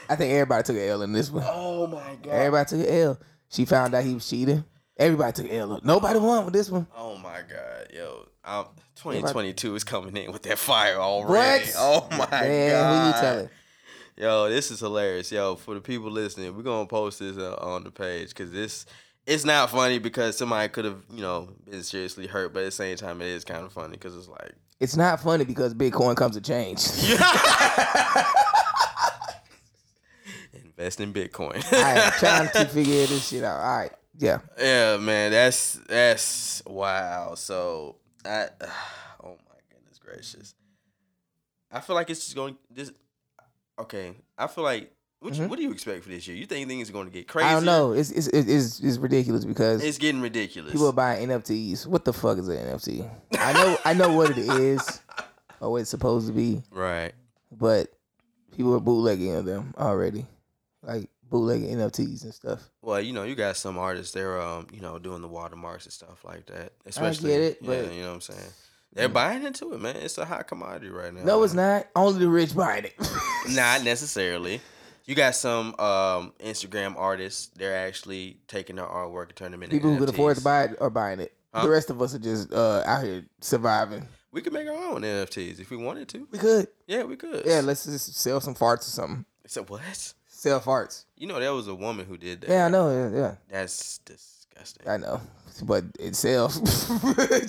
S1: I think everybody took an L in this one.
S2: Oh my god.
S1: Everybody took an L. She found out he was cheating. Everybody took an L. Nobody won with this one.
S2: Oh my god, yo. Um 2022 is coming in with that fire already.
S1: What?
S2: Oh my
S1: Man,
S2: god.
S1: who you telling?
S2: Yo, this is hilarious. Yo, for the people listening, we're gonna post this uh, on the page because this it's not funny because somebody could have you know been seriously hurt, but at the same time it is kind of funny because it's like
S1: It's not funny because Bitcoin comes with change.
S2: invest in Bitcoin.
S1: I am trying to figure this shit out. All right. Yeah.
S2: yeah, man, that's that's wow. So I, oh my goodness gracious, I feel like it's just going this. Okay, I feel like what you,
S1: Mhm.
S2: what do you expect for this year? You think things are going to get crazy?
S1: I don't know. It's it's it's, it's, it's ridiculous because
S2: It's getting ridiculous.
S1: people are buying NFTs. What the fuck is an NFT? I know I know what it is or what it's supposed to be,
S2: right.
S1: but people are bootlegging them already, like bootlegging NFTs and stuff.
S2: Well, you know, you got some artists. They're um, you know, doing the watermarks and stuff like that. Especially,
S1: get it,
S2: yeah,
S1: but-
S2: you know what I'm saying. They're buying into it, man. It's a hot commodity right now.
S1: No,
S2: man.
S1: it's not. Only the rich buying it.
S2: Not necessarily. You got some um, Instagram artists. They're actually taking their artwork and turning them into
S1: People who can afford to
S2: NFTs.
S1: buy it are buying it.
S2: Huh?
S1: The rest of us are just uh, out here surviving.
S2: We could make our own NFTs if we wanted to.
S1: We could.
S2: Yeah, we could.
S1: Yeah, let's just sell some farts or something.
S2: So what?
S1: Sell farts.
S2: You know, there was a woman who did that.
S1: Yeah, I know. Yeah, yeah.
S2: That's disgusting. podcasting.
S1: I know, but itself,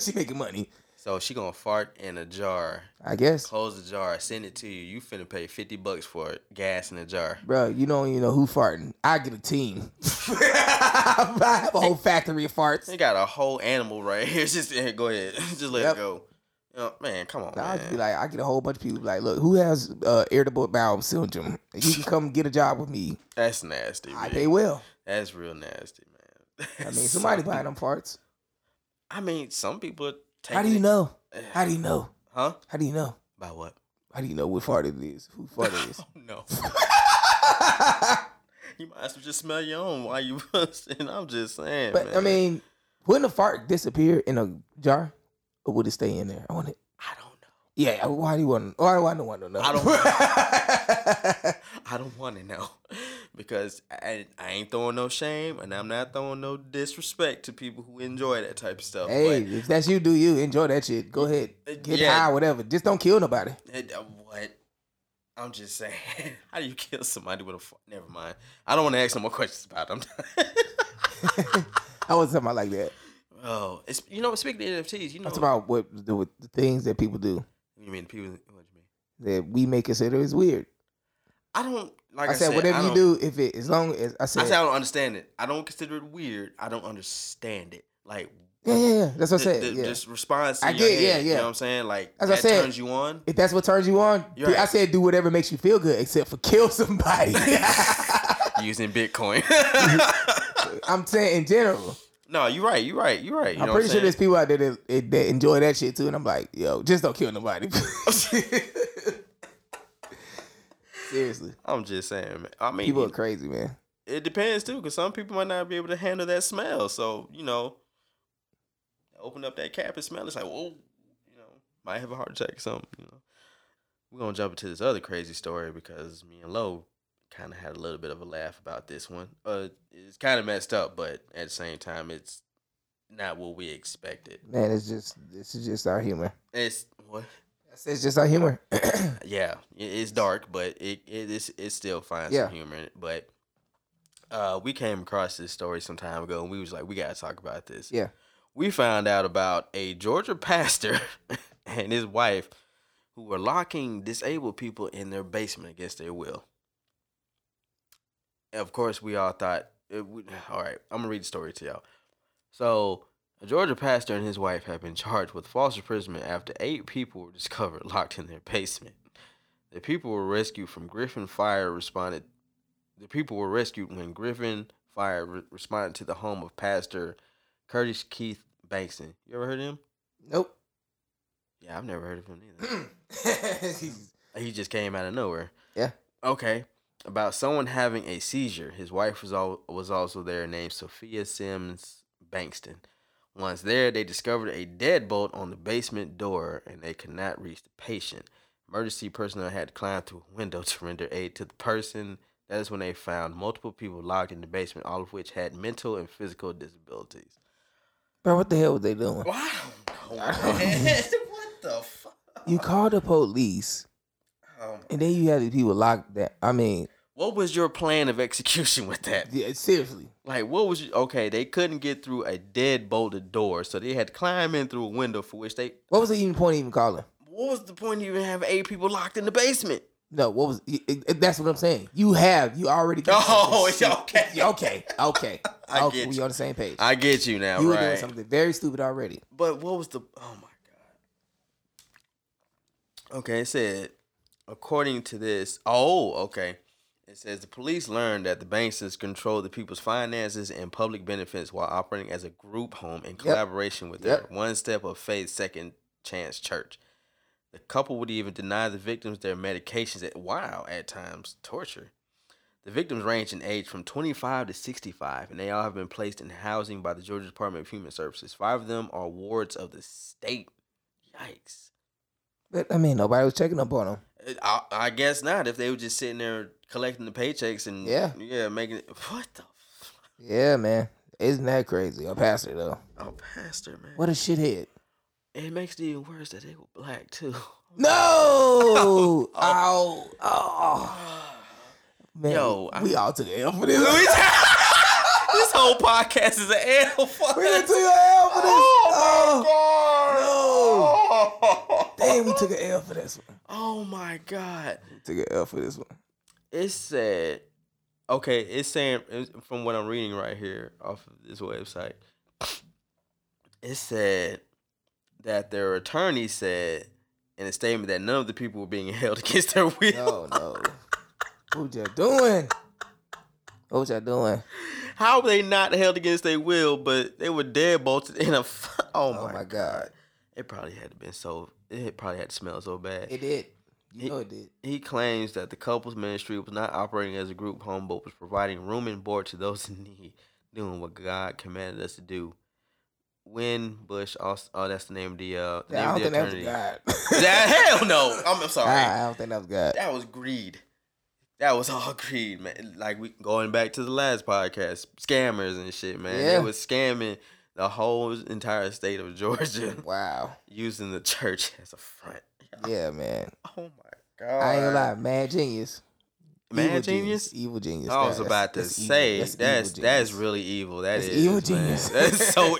S1: she making money.
S2: So she gonna fart in a jar.
S1: I guess,
S2: Close the jar. Send it to you. You finna pay fifty bucks for it. Gas in a jar.
S1: bro. You don't even know who farting. I get a team. I have a whole factory of farts.
S2: They got a whole animal right here. Just here, go ahead. Just let
S1: Yep.
S2: it go. Oh, man, come on,
S1: Nah, I
S2: man.
S1: just be like, I get a whole bunch of people like, look, who has uh, irritable bowel syndrome? You can come get a job with me.
S2: That's nasty.
S1: I
S2: Man.
S1: pay well.
S2: That's real nasty, man.
S1: I mean, somebody buying them farts.
S2: I mean, some people are taking.
S1: How do you know? How do you know?
S2: Huh?
S1: How do you know?
S2: By what?
S1: How do you know what fart it is? Who fart it is?
S2: Oh, no. You might as well just smell your own while you busting. I'm just saying.
S1: but I
S2: man.
S1: mean, wouldn't a fart disappear in a jar, or would it stay in there? I want it.
S2: I don't know.
S1: Yeah, why do you want? Why do I don't want to know?
S2: I
S1: don't.
S2: I don't want to know because I, I ain't throwing no shame and I'm not throwing no disrespect to people who enjoy that type of stuff.
S1: hey,
S2: but-
S1: if that's you, do you enjoy that shit? Go ahead, get
S2: Yeah.
S1: high, whatever. Just don't kill nobody.
S2: It- uh, what? I'm just saying. How do you kill somebody with a fart? Never mind. I don't want to ask no more questions about it. I'm
S1: I was talking about like that.
S2: oh, it's you know. Speaking of NFTs, you know
S1: That's about what the, what the things that people do
S2: you mean people. What you mean?
S1: that we may consider is weird.
S2: I don't like.
S1: I, said,
S2: I
S1: whatever you
S2: don't-
S1: do, if it as long as I said,
S2: I said I don't understand it. I don't consider it weird. I don't understand it. Like
S1: yeah, yeah, yeah. That's what I
S2: the-
S1: said.
S2: the-
S1: yeah.
S2: just response.
S1: I
S2: I get.
S1: get, yeah,
S2: yeah, yeah. You
S1: yeah.
S2: know what I'm saying? Like
S1: As I
S2: that
S1: said-
S2: turns you on.
S1: if that's what turns you on,
S2: You're
S1: do- I
S2: right.
S1: said do whatever makes you feel good, except for kill somebody.
S2: using Bitcoin.
S1: I'm saying in general.
S2: no, you're right. You're right. You're right. You
S1: I'm
S2: know
S1: pretty
S2: what
S1: sure
S2: I'm
S1: there's people out there that, that, that enjoy that shit too, and I'm like, yo, just don't kill nobody.
S2: saying?
S1: Seriously,
S2: I'm just saying, man. I mean,
S1: people are crazy, man.
S2: it depends too, because some people might not be able to handle that smell. So you know, open up that cap and smell. It's like, whoa, you know, might have a heart attack or something. You know, we're gonna jump into this other crazy story because me and Lo kind of had a little bit of a laugh about this one. Uh, it's kind of messed up, but at the same time, it's not what we expected.
S1: Man, it's just this is just our humor.
S2: It's what?
S1: That's- It's just our humor.
S2: yeah, it- it's dark, but it it is it still finds
S1: Yeah.
S2: some humor in it. But uh, we came across this story some time ago, and we was like, we gotta talk about this.
S1: Yeah.
S2: we found out about a Georgia pastor and his wife who were locking disabled people in their basement against their will. And of course, we all thought, it would, all right, I'm gonna read the story to y'all. So. A Georgia pastor and his wife have been charged with false imprisonment after eight people were discovered locked in their basement. The people were rescued from Griffin Fire responded. The people were rescued when Griffin Fire re- responded to the home of Pastor Curtis Keith Bankson. You ever heard of him?
S1: nope.
S2: Yeah, I've never heard of him either.
S1: yeah.
S2: He just came out of nowhere.
S1: Yeah.
S2: Okay. About someone having a seizure. His wife was all, was also there, named Sophia Sims Bankston. Once there, they discovered a deadbolt on the basement door, and they could not reach the patient. Emergency personnel had climbed through a window to render aid to the person. That is when they found multiple people locked in the basement, all of which had mental and physical disabilities.
S1: Bro, what the hell were they doing?
S2: Well, I don't
S1: know, man.
S2: what the fuck? Um,
S1: You call the police, and then you have these people locked. That I mean,
S2: what was your plan of execution with that?
S1: yeah, seriously.
S2: Like, what was you? Okay, they couldn't get through a dead bolted door, so they had to climb in through a window for which they.
S1: What was the even point of even calling?
S2: What was the point of even having eight people locked in the basement?
S1: No, what was? It, it- that's what I'm saying. You have. You already. did
S2: Oh,
S1: something
S2: it's okay.
S1: stupid. Okay. Okay.
S2: I
S1: okay.
S2: get
S1: we
S2: you.
S1: on the same page.
S2: I get you now,
S1: you were doing
S2: right?
S1: something very stupid already.
S2: But what was the? Oh my god. Okay, it said, according to this. Oh, okay. It says the police learned that the Banksons controlled the people's finances and public benefits while operating as a group home in collaboration with their
S1: Yep.
S2: One Step of Faith Second Chance Church. The couple would even deny the victims their medications at wow, at times torture. The victims range in age from 25 to 65, and they all have been placed in housing by the Georgia Department of Human Services. Five of them are wards of the state. Yikes.
S1: But I mean, nobody was checking up on them.
S2: Uh, I, I guess not if they were just sitting there collecting the paychecks and
S1: Yeah.
S2: yeah making it. What the? F-
S1: Yeah, man. Isn't that crazy? A pastor though.
S2: oh, pastor man.
S1: What a shithead.
S2: It makes it even worse that they were black too.
S1: No. Ow. Oh. Man.
S2: Yo, I-
S1: we all took an L for this.
S2: this whole podcast is an L for
S1: We didn't
S2: us.
S1: took an L for this.
S2: Oh,
S1: Oh,
S2: my god!
S1: damn, we took an L for this one.
S2: Oh my god!
S1: We took an L for this one.
S2: It said, okay, it's saying it's- from what I'm reading right here off of this website, it said that their attorney said in a statement that none of the people were being held against their
S1: No,
S2: will.
S1: no. What y'all doing? What y'all doing?
S2: How were they not held against their will, but they were deadbolted in a. F-
S1: Oh
S2: oh, my
S1: my
S2: god.
S1: god,
S2: It probably had to been so. It probably had to smell so bad.
S1: it did. You know it did.
S2: He claims that the couple's ministry was not operating as a group home, but was providing room and board to those in need, doing what God commanded us to do. When Bush, also, oh, that's the name of the, uh, the
S1: I don't
S2: name of
S1: think
S2: the
S1: that was
S2: attorney.
S1: God.
S2: That, hell no! I'm, I'm sorry.
S1: Nah, I don't think that was God.
S2: That was greed. That was all greed, man. Like we going back to the last podcast, scammers and shit, man.
S1: Yeah.
S2: They was scamming the whole entire state of Georgia
S1: Wow.
S2: using the church as a front.
S1: Yeah, man.
S2: Oh my god!
S1: I ain't gonna lie, mad genius.
S2: Man,
S1: Evil
S2: genius.
S1: Evil genius.
S2: I was
S1: That's-
S2: about to
S1: that's evil.
S2: say
S1: That's
S2: that's
S1: evil
S2: that's,
S1: genius.
S2: really evil. That
S1: That's
S2: is,
S1: evil
S2: man.
S1: genius.
S2: That's so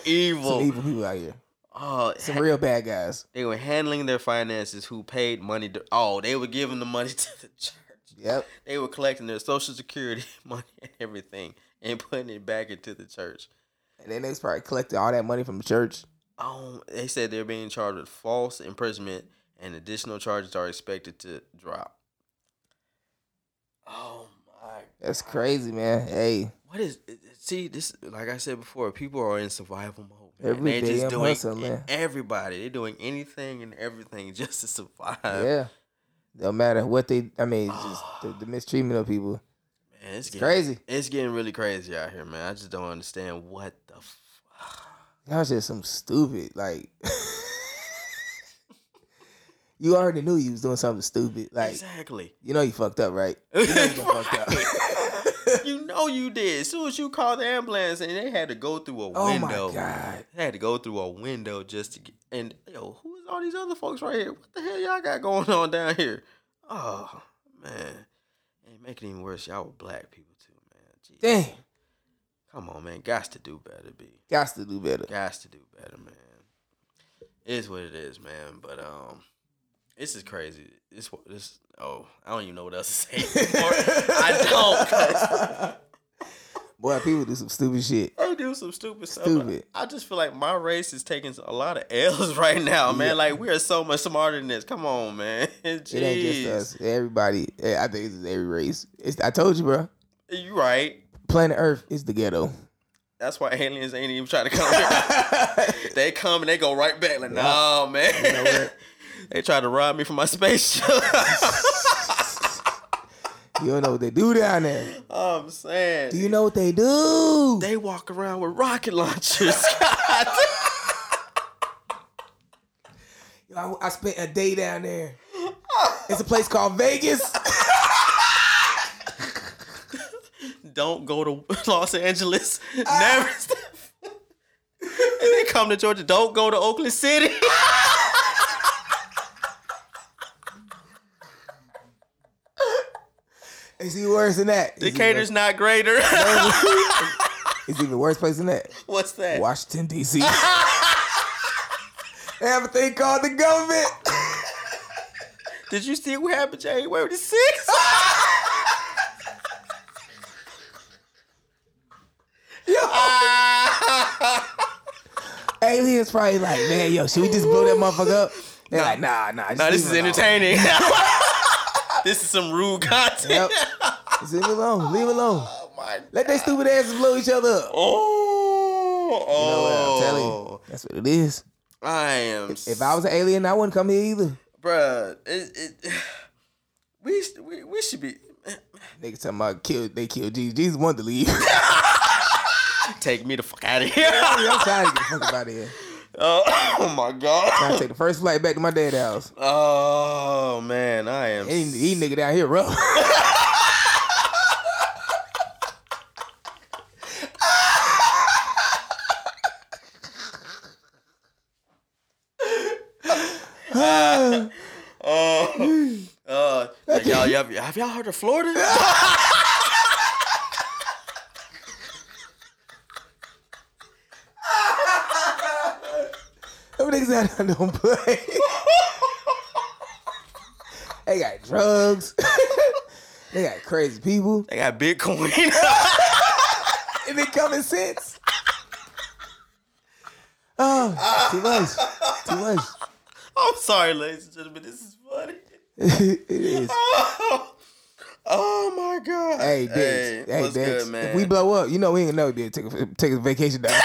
S2: evil.
S1: Some evil people out here.
S2: Oh,
S1: Some real bad guys.
S2: they were handling their finances. Who paid money? To, oh, they were giving the money to the church.
S1: Yep.
S2: They were collecting their social security money and everything and putting it back into the church.
S1: And then they was probably collecting all that money from the church.
S2: Oh, they said they're being charged with false imprisonment and additional charges are expected to drop. Oh my
S1: That's crazy, man. Hey,
S2: What is see this? Like I said before, people are in survival mode. Man.
S1: Every
S2: They're
S1: day
S2: just
S1: I'm
S2: doing e,
S1: hustling, man.
S2: everybody. They're doing anything and everything just to survive.
S1: yeah. No matter what they, I mean, it's just the, the mistreatment of people.
S2: man, it's,
S1: It's
S2: getting,
S1: crazy.
S2: It's getting really crazy out here, man. I just don't understand what the. Fuck.
S1: Y'all just some stupid. Like, you already knew you was doing something stupid. Like,
S2: exactly.
S1: you know you fucked up, right? You know you done fucked up.
S2: you know you did. As soon as you called the ambulance, and they had to go through a
S1: oh my
S2: window.
S1: god.
S2: They had to go through a window just to get. And yo, who is all these other folks right here? What the hell y'all got going on down here? Oh man, and make it even worse, y'all were black people too, man. Jeez.
S1: Dang.
S2: Come on, man. Gots to do better, b.
S1: Gots to do better.
S2: Gots to do better, man. It's what it is, man. But um, this is crazy. This wha- this oh, I don't even know what else to say. anymore. I don't. 'cause-
S1: Boy, people do some stupid shit.
S2: They do some stupid stuff.
S1: Stupid.
S2: I just feel like my race is taking a lot of L's right now, man.
S1: Yeah.
S2: Like we are so much smarter than this. Come on, man. Jeez.
S1: It ain't just us. Everybody. eh, I think it's every race. It's, I told you, bro.
S2: You right.
S1: Planet Earth is the ghetto.
S2: That's why aliens ain't even trying to come here. they come and they go right back. Like,
S1: Yeah.
S2: nah, man.
S1: know what?
S2: they tried to rob me from my spaceship.
S1: you don't know what they do down there.
S2: I'm saying.
S1: Do you know what they do?
S2: they walk around with rocket launchers. God.
S1: Yo, I, I spent a day down there. It's a place called Vegas.
S2: Don't go to Los Angeles.
S1: Ah.
S2: Never. and they come to Georgia. Don't go to Oakland City.
S1: It's even worse than that. It's even
S2: Decatur's not greater.
S1: worse- It's even worse place than that.
S2: What's that?
S1: Washington D.C. they have a thing called the government.
S2: Did you see what happened January the 6th?
S1: Yo, aliens probably like, man, yo, should we just blow that motherfucker up? They're like, nah, nah. just
S2: nah, this
S1: leave
S2: is
S1: it alone.
S2: entertaining. this is some rude content.
S1: Yep. Just leave it alone. Leave it alone.
S2: Oh my.
S1: Let they stupid asses blow each other up.
S2: Oh.
S1: You know what? I'm telling you,
S2: Oh.
S1: that's what it is.
S2: I am.
S1: If I was an alien, I wouldn't come here either.
S2: Bruh, it, it, we, we, we should be.
S1: Niggas talking about kill. They killed Jesus. Jesus wanted to leave.
S2: Take me the fuck out of here.
S1: I'm trying to get the fuck out of here.
S2: oh, oh my
S1: Trying to
S2: god.
S1: take the first flight back to my dad's house.
S2: Oh man, I am.
S1: He, he nigga down here rough.
S2: Oh, uh, like, y'all, y'all, have y'all heard of Florida?
S1: niggas that I don't play. they got drugs. they got crazy people.
S2: They got Bitcoin.
S1: It been common sense. Oh, too much. Too much.
S2: I'm sorry, ladies and gentlemen. This is funny.
S1: it is.
S2: Oh, oh my god.
S1: Hey, Diggs. Hey,
S2: what's
S1: Diggs.
S2: good, man?
S1: If we blow up, you know we ain't know we did take a, take a vacation down.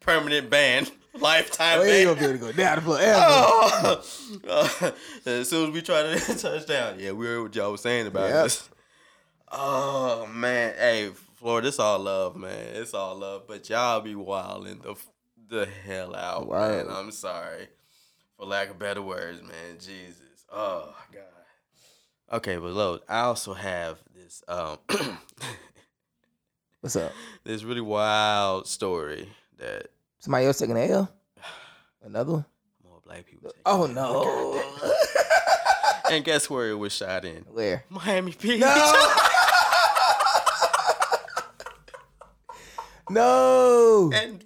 S2: Permanent ban. Lifetime
S1: we ain't
S2: ban.
S1: gonna be able to Oh, go down forever.
S2: Oh. Uh, as soon as we try to touch down, yeah, we heard what y'all was saying about
S1: Yep.
S2: this. Oh man, hey, Florida, it's all love, man. It's all love, but y'all be wilding the f- the hell out,
S1: Wild.
S2: man. I'm sorry, for lack of better words, man. Jesus, oh god. Okay, but look, I also have this um
S1: What's up?
S2: this really wild story that
S1: Somebody else taking an L? Another one?
S2: more black people. Take
S1: Oh no.
S2: and guess where it was shot in?
S1: Where?
S2: Miami Beach.
S1: No.
S2: and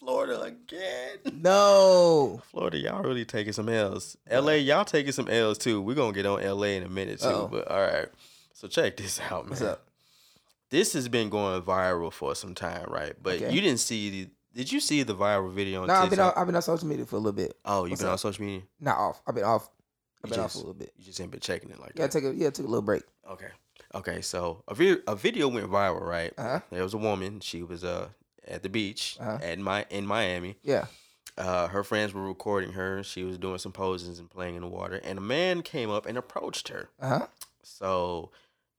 S2: Florida again.
S1: No.
S2: Florida, y'all really taking some L's. LA, y'all taking some L's too. We're gonna get on LA in a minute too.
S1: Uh-oh.
S2: But all right. So check this out, man.
S1: What's up?
S2: This has been going viral for some time, right? But
S1: Okay.
S2: you didn't see the did you see the viral video on
S1: No, I've been on,
S2: TikTok?
S1: I've been on social media for a little bit.
S2: oh, you've
S1: What's
S2: been
S1: up?
S2: on social media?
S1: Not off. I've been off. I've
S2: You
S1: been off
S2: just-
S1: a little bit.
S2: You just ain't been checking it like
S1: Yeah,
S2: that.
S1: take a yeah, took a little break.
S2: okay. Okay, so a, vi- a video went viral, right?
S1: Uh huh.
S2: There was a woman. She was uh at the beach
S1: Uh-huh.
S2: at my in Miami.
S1: Yeah.
S2: Uh, her friends were recording her. She was doing some poses and playing in the water. And a man came up and approached her.
S1: Uh huh.
S2: So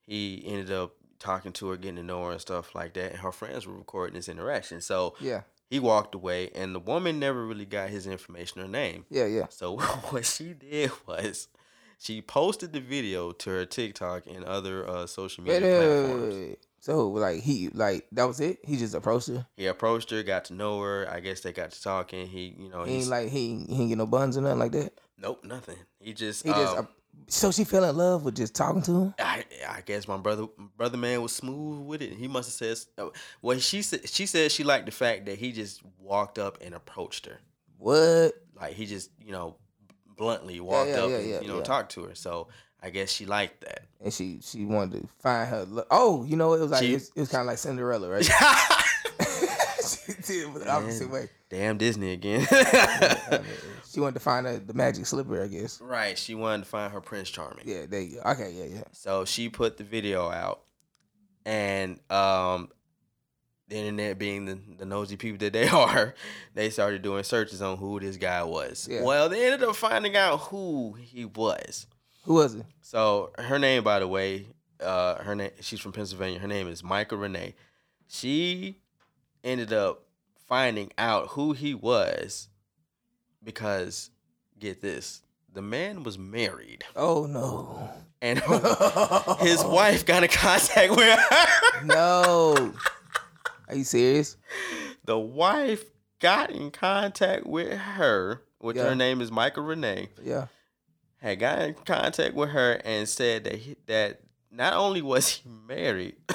S2: he ended up talking to her, getting to know her and stuff like that. And her friends were recording this interaction. So
S1: Yeah.
S2: he walked away, and the woman never really got his information or name.
S1: Yeah. Yeah.
S2: So what she did was. She posted the video to her TikTok and other uh, social media
S1: Wait, wait, wait, wait,
S2: platforms.
S1: wait. So like he like that was it. He just approached her.
S2: He approached her, got to know her. I guess they got to talking. He, you know,
S1: He
S2: Oh, he's
S1: ain't like he ain't, he ain't get no buns or nothing like that.
S2: nope, nothing. He just,
S1: He just
S2: um,
S1: ap- so she fell in love with just talking to him.
S2: I, I guess my brother, brother man was smooth with it. He must have said, s- oh, well, she said, she said she liked the fact that he just walked up and approached her,
S1: What?
S2: like he just, you know, bluntly walked
S1: yeah,
S2: up
S1: yeah,
S2: and
S1: yeah,
S2: you know
S1: yeah.
S2: talked to her. So I guess she liked that.
S1: And she she wanted to find her. Lo- oh, you know what? it was like
S2: She-
S1: it was, kind of like Cinderella, right? she did it the opposite
S2: Man.
S1: way.
S2: Damn Disney again.
S1: I mean, she wanted to find her, the magic slipper, I guess.
S2: right, she wanted to find her Prince Charming.
S1: Yeah, there you go. Okay, yeah, yeah.
S2: So she put the video out, and um, the internet being the, the nosy people that they are, they started doing searches on who this guy was.
S1: Yeah.
S2: Well, they ended up finding out who he was.
S1: Who was it?
S2: So her name, by the way, uh, her name she's from Pennsylvania. Her name is Micah Renee. She ended up finding out who he was because get this, the man was married,
S1: Oh no.
S2: and his wife got in contact with her.
S1: No. Are you serious?
S2: The wife got in contact with her, which
S1: Yeah.
S2: her name is Michael Renee,
S1: Yeah.
S2: had got in contact with her and said that he, that not only was he married,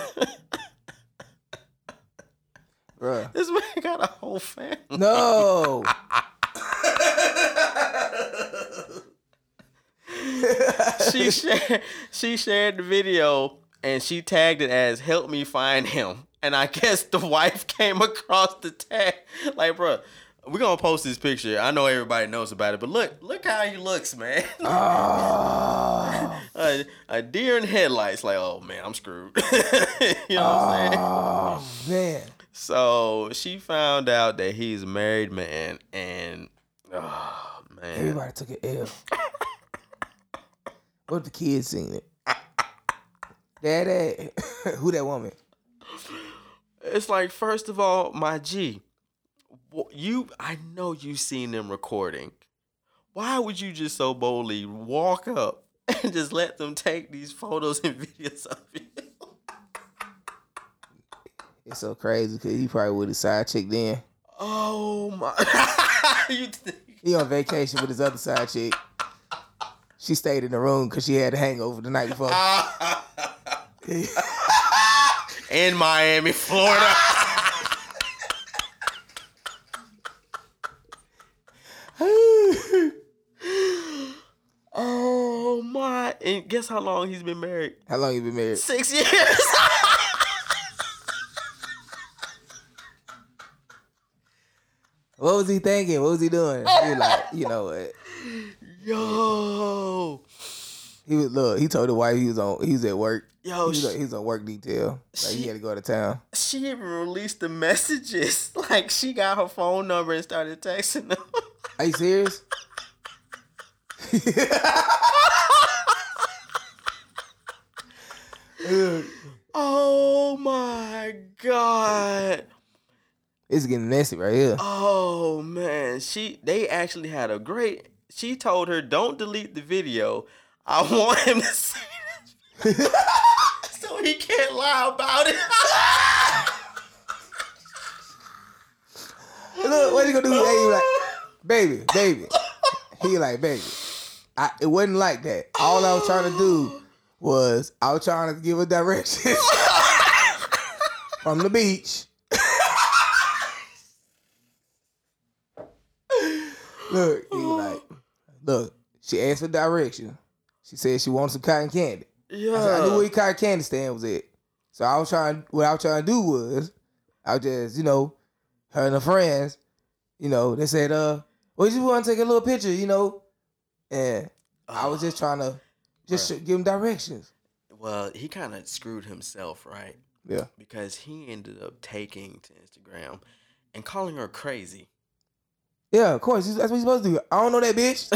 S1: Bruh.
S2: this man got a whole family.
S1: No.
S2: she shared she shared the video and she tagged it as "Help me find him." And I guess the wife came across the tag like, bro, we're gonna post this picture. I know everybody knows about it, but look, look how he looks, man.
S1: Oh.
S2: a, a deer in headlights. Like, oh man, I'm screwed. you know what I'm saying?
S1: Oh man.
S2: So she found out that he's a married man, and oh man,
S1: Everybody took an L. What if the kids seen it? Daddy. Who that woman?
S2: it's like first of all, my G, wh- you I know you seen them recording. Why would you just so boldly walk up and just let them take these photos and videos of you?
S1: It's so crazy because he probably would have side chick then.
S2: Oh my! you think?
S1: He on vacation with his other side chick. She stayed in the room because she had a hangover the night before.
S2: in Miami, Florida. Oh guess how long he's been married?
S1: How long you been married?
S2: Six years.
S1: What was he thinking? What was he doing? He was like, you know what?
S2: yo,
S1: He was look. He told the wife he was on. He was at work. He
S2: yo,
S1: was, on-
S2: she,
S1: he was on work detail. Like he
S2: She-
S1: had to go to town.
S2: she even released the messages. Like she got her phone number and started texting them.
S1: Are you serious?
S2: oh my god.
S1: it's getting messy right here.
S2: Oh man, she they actually had a great. She told her, "Don't delete the video. I want him to see this, so he can't lie about it."
S1: Look, what you gonna do? Hey, you like, baby, baby. He like, baby. I, it wasn't like that. All I was trying to do was I was trying to give her directions from the beach. look, he like, look. She asked for direction. She said she wanted some cotton candy. I, said, I knew where
S2: yeah,
S1: your cotton candy stand was at. So I was trying. What I was trying to do was, I was just you know, her and her friends, you know, they said, uh, well, you want to take a little picture, you know, and I was just trying to just
S2: Bruh.
S1: give them directions.
S2: well, he kind of screwed himself, right?
S1: Yeah.
S2: Because he ended up taking to Instagram and calling her crazy.
S1: Yeah, of course. That's what you're supposed to do. I don't know that bitch.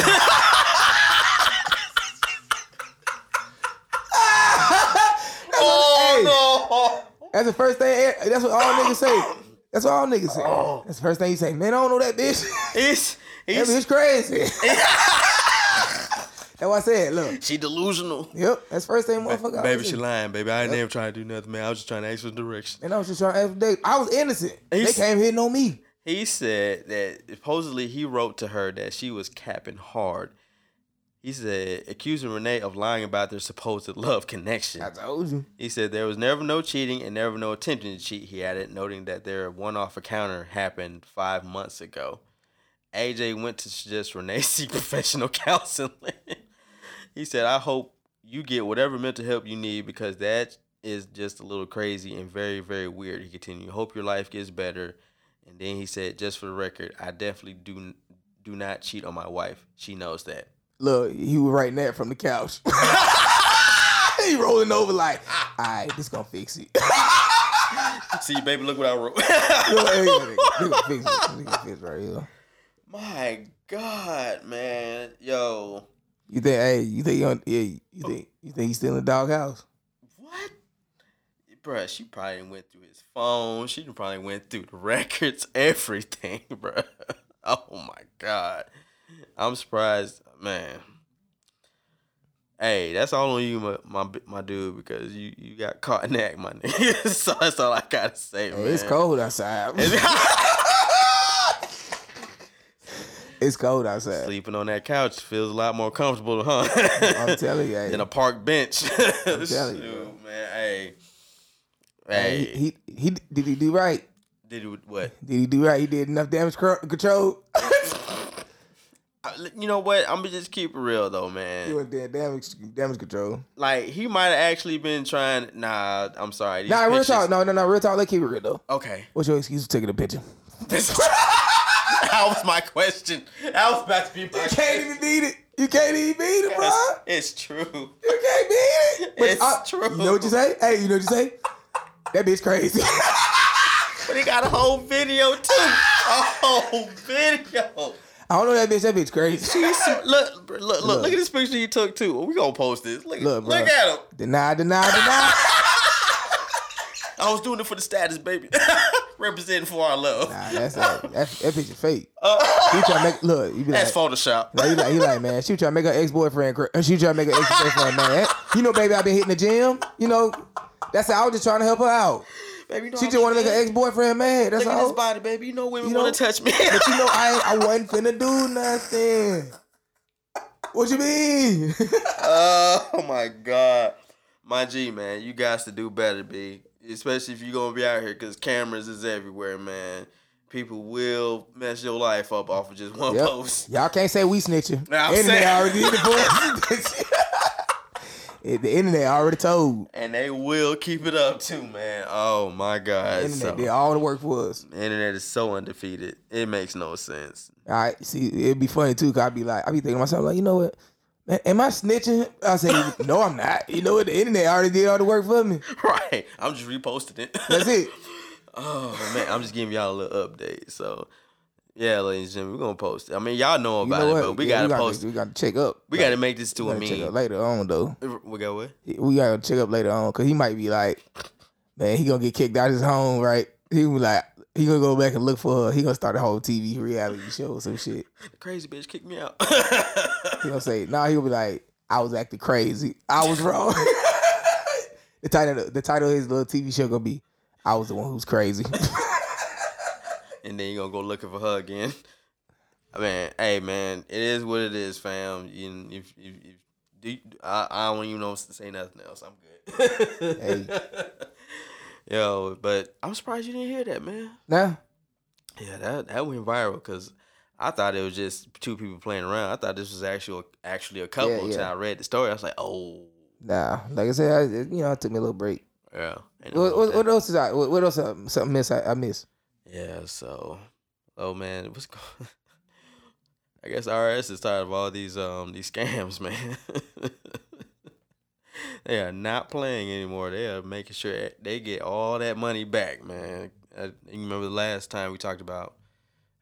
S1: that's, what- hey,
S2: Oh no!
S1: that's the first thing. eh, That's what all niggas say. That's what all niggas say.
S2: Oh.
S1: That's the first thing you say. Man, I don't know that bitch.
S2: It's,
S1: That
S2: it's
S1: bitch crazy. that's what I said. Look.
S2: she delusional.
S1: Yep. That's first thing, motherfucker. I
S2: Baby,
S1: was
S2: she
S1: in.
S2: lying, baby. I ain't never trying to do nothing, man. I was just trying to ask for directions.
S1: And I was just trying to ask. They, I was innocent.
S2: He's-
S1: they came hitting on me.
S2: He said that supposedly he wrote to her that she was capping hard. He said, accusing Renee of lying about their supposed love connection.
S1: I told you.
S2: He said there was never no cheating and never no attempt to cheat, he added, noting that their one off encounter happened five months ago. AJ went to suggest Renee seek professional counseling. he said, I hope you get whatever mental help you need because that is just a little crazy and very, very weird. He continued, Hope your life gets better. And then he said, Just for the record, I definitely do do not cheat on my wife. She knows that.
S1: Look, he was writing that from the couch. he rolling over like, all right, this gonna fix it.
S2: See, baby, look what I wrote.
S1: Look, hey, nigga, this gonna fix it. This gonna fix it right here.
S2: My God, man, yo,
S1: You think? Hey, you think? You, on- yeah, you think? You think he's still in the doghouse?
S2: what, bruh? She probably done went through his phone. She done probably went through the records, everything, bruh. Oh my God, I'm surprised, man. Hey, that's all on you, my my, bi- my dude, because you you got caught in the act, my nigga. so that's all I gotta say,
S1: Hey,
S2: man.
S1: it's cold outside. it's cold outside.
S2: Sleeping on that couch feels a lot more comfortable, huh?
S1: I'm telling you. Hey,
S2: in a park bench. I'm
S1: telling you,
S2: man. Hey,
S1: hey,
S2: hey,
S1: he, he he did he do right?
S2: did it- what?
S1: Did he do right? He did enough damage cr- control.
S2: I- You know what? I'm gonna just keep it real though, man.
S1: he went there damage damage control.
S2: Like he might have actually been trying. Nah, I'm sorry. These
S1: Nah, real
S2: pictures-
S1: talk. No, no, no, real talk. Let's keep it real though.
S2: Okay,
S1: What's your excuse for taking a picture?
S2: This- that was my question. That was about to be my.
S1: You can't even beat it. You can't even beat it, bro.
S2: Yes, It's true.
S1: You can't beat it. But
S2: It's
S1: I-
S2: true.
S1: You know what you say? Hey, you know what you say? That bitch crazy.
S2: But he got a whole video too. A whole video.
S1: I don't know that bitch. That bitch crazy.
S2: He's so- look, look, look, look at this picture you took too. We gonna post this. Look,
S1: Look,
S2: look,
S1: bruh.
S2: at him.
S1: Deny, deny, deny.
S2: I was doing it for the status, baby. Representing for our love.
S1: Nah, that's that. That's, that bitch is fake. He trying to make look. You be like,
S2: Uh, That's Photoshop.
S1: Like, he like, he like, man, she trying to make her ex boyfriend. She trying to make her ex boyfriend mad. You know, baby, I been hitting the gym. You know, that's how I was just trying to help her out.
S2: baby, you know
S1: She
S2: how
S1: just want to
S2: many
S1: make her
S2: men-
S1: ex boyfriend mad. That's
S2: Look at
S1: all.
S2: this body, baby. You know women
S1: You
S2: want
S1: know-
S2: to touch me.
S1: But you know, I ain't- I wasn't finna do nothing. What you mean?
S2: oh my god, my G man, you guys to do better, b. Especially if you're gonna be out here, cause cameras is everywhere, man. People will mess your life up off of just one
S1: Yep.
S2: post.
S1: Y'all can't say we snitching.
S2: Nah, I'm
S1: and they
S2: saying-
S1: already did it for us. It- the internet already told.
S2: and they will keep it up too, man. Oh my
S1: The
S2: God!
S1: internet
S2: So,
S1: did all the work for us.
S2: the internet is so undefeated. It makes no sense.
S1: All right, see, it'd be funny too. Cause I'd be like, I'd be thinking to myself, like, you know what? Man, am I snitching? I say, no, I'm not. You know what? The internet already did all the work for me.
S2: Right? I'm just reposting it.
S1: That's it.
S2: Oh man, I'm just giving y'all a little update. So yeah, ladies and gentlemen, we're gonna post it. I mean, y'all know
S1: You
S2: about
S1: know
S2: it,
S1: what?
S2: but we
S1: Yeah,
S2: gotta post.
S1: We gotta check up.
S2: we gotta make this to a
S1: gotta check up
S2: meme.
S1: later on though.
S2: We got what?
S1: We gotta check up later on because he might be like, man, he gonna get kicked out of his home, right? He gonna be like, he gonna go back and look for her. He gonna start a whole TV reality show or some shit.
S2: The crazy bitch kicked me out.
S1: He gonna say, nah, he gonna be like, I was acting crazy. I was wrong. the title, the title of his little TV show gonna be, I was the one who's crazy.
S2: and then you gonna go looking for her again. I mean, hey man, it is what it is, fam. You, if, if, if do you, I, I don't even know to say nothing else. I'm good. Yo, but I'm surprised you didn't hear that, man.
S1: nah,
S2: Yeah, that that went viral because I thought it was just two people playing around. I thought this was actual actually a couple
S1: Yeah,
S2: until
S1: yeah.
S2: I read the story. I was like, oh,
S1: nah. Like I said, I, it- you know, I took me a little break.
S2: yeah. And it
S1: What,
S2: was
S1: what, what else is I? What, what else? I, something miss? I, I miss.
S2: that- Yeah. So, oh man, what's going? I guess RS is tired of all these um these scams, man. they are not playing anymore. They are making sure they get all that money back, man. I, you remember the last time we talked about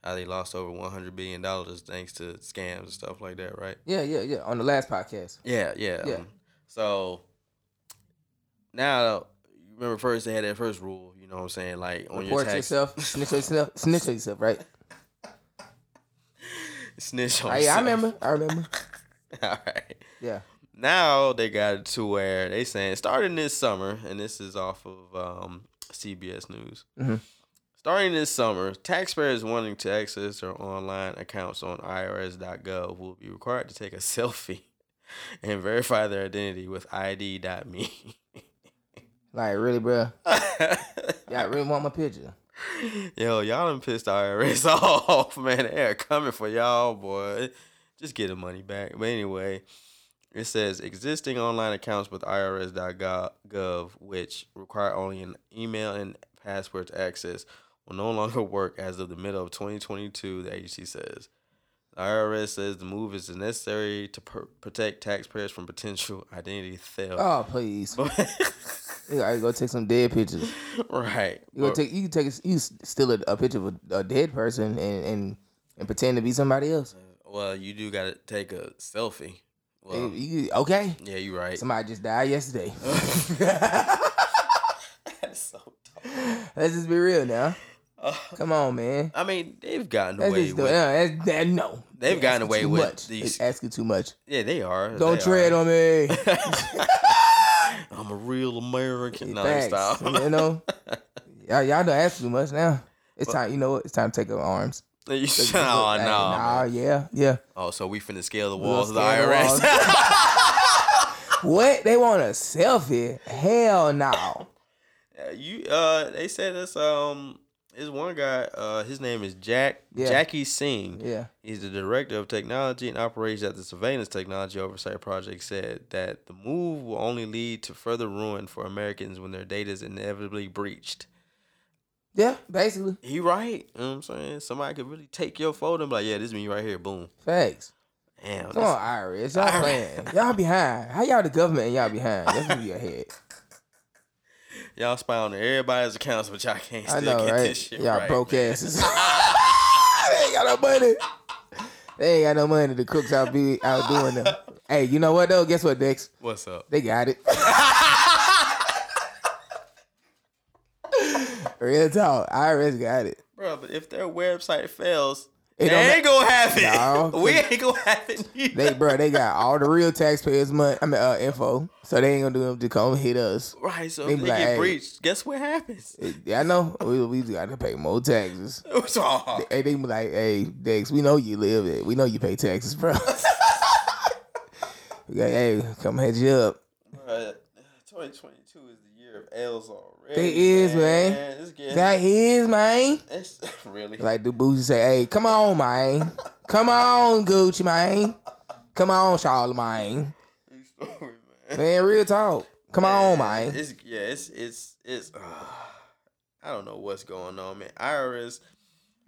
S2: how they lost over one hundred billion dollars thanks to scams and stuff like that, right?
S1: Yeah, yeah, yeah. On the last podcast.
S2: Yeah, yeah.
S1: Yeah.
S2: um, so now you remember first they had that first rule, you know what I'm saying? Like on your
S1: Report
S2: tax
S1: yourself, snitch on yourself, snitch on yourself, right?
S2: snitch on
S1: Hey, I
S2: yourself.
S1: remember, I remember.
S2: All right.
S1: Yeah,
S2: Now they got it to where they saying starting this summer, and this is off of um, CBS News.
S1: Mhm.
S2: Starting this summer, taxpayers wanting to access their online accounts on IRS.gov will be required to take a selfie and verify their identity with ID.me.
S1: like really, bruh. Yeah, I really want my picture.
S2: Yo, y'all done pissed the IRS off, man. They are coming for y'all, boy. Just get the money back. But anyway, it says existing online accounts with IRS.gov, which require only an email and password to access, will no longer work as of the middle of 2022, the agency says. The IRS says the move is necessary to per- protect taxpayers from potential identity theft.
S1: Oh, please.
S2: But-
S1: You gotta go take some dead pictures.
S2: right.
S1: You go take, you can take, a, you s- steal a, a picture of a, a dead person and, and and pretend to be somebody else.
S2: Uh, Well, you do gotta take a selfie. Well,
S1: Hey, you- okay,
S2: yeah, you're right.
S1: somebody just died yesterday.
S2: That's so dumb.
S1: Let's just be real now.
S2: Uh,
S1: Come on, man.
S2: I mean, they've gotten
S1: That's
S2: away
S1: just
S2: with.
S1: uh, that's, that, no.
S2: They've
S1: They asking
S2: gotten away
S1: too
S2: with
S1: much.
S2: these-
S1: They asking too much.
S2: Yeah, they are.
S1: Don't tread on me.
S2: on. I'm a real American. No,
S1: Facts,
S2: stop.
S1: You know, y'all, y'all don't ask too much now. It's time. You know what? It's time to take up arms.
S2: You-
S1: Look, look,
S2: oh
S1: hey,
S2: no.
S1: nah, yeah, yeah.
S2: Oh, so we finna scale the
S1: gonna
S2: walls of the
S1: scale the
S2: IRS.
S1: What? They want a selfie? Hell no.
S2: Yeah, you uh, they said this um, this one guy uh, his name is Jack
S1: Yeah.
S2: Jackie Singh.
S1: Yeah.
S2: He's the director of technology and operations at the Surveillance Technology Oversight Project, said that the move will only lead to further ruin for Americans when their data is inevitably breached.
S1: Yeah, basically.
S2: He right. You know what I'm saying? Somebody could really take your photo and be like, yeah, this is me right here. Boom.
S1: Facts.
S2: Damn.
S1: Come on, Iris. Y'all playing. Y'all behind. How y'all the government and y'all behind? Let's give you a head.
S2: Y'all spy on everybody's accounts, but y'all can't still
S1: I know,
S2: get
S1: right?
S2: this shit
S1: Y'all
S2: right.
S1: broke asses. they ain't got no money. They ain't got no money. The crooks out be out doing them. Hey, you know what though? Guess what, Dex?
S2: What's up?
S1: They got it. Real talk. IRS got it.
S2: Bro, but if their website fails,
S1: It
S2: they
S1: don't ma-
S2: ain't gonna have it.
S1: No, 'cause-
S2: we ain't gonna have it. either.
S1: They bro, they got all the real taxpayers' money. I mean, uh, info. So they ain't gonna do them to come hit us.
S2: right, so
S1: they
S2: if
S1: be
S2: they
S1: like,
S2: get
S1: "Hey."
S2: breached, guess what happens?
S1: Yeah, I know. We we gotta pay more taxes.
S2: It's all-
S1: Hey, they be like, hey, Dex, we know you live it. We know you pay taxes, bro. we got, hey, come hit you up.
S2: Bruh, 2022 is the year of L's already.
S1: It is, man.
S2: It's getting,
S1: That is, man.
S2: it's really.
S1: Like the boozy say, hey, come on, man. Come on, Gucci, man. Come on, Charlemagne.
S2: True story, man.
S1: Man, real talk. Come on, man.
S2: It's yeah, it's it's it's. Uh, I don't know what's going on, man. IRS.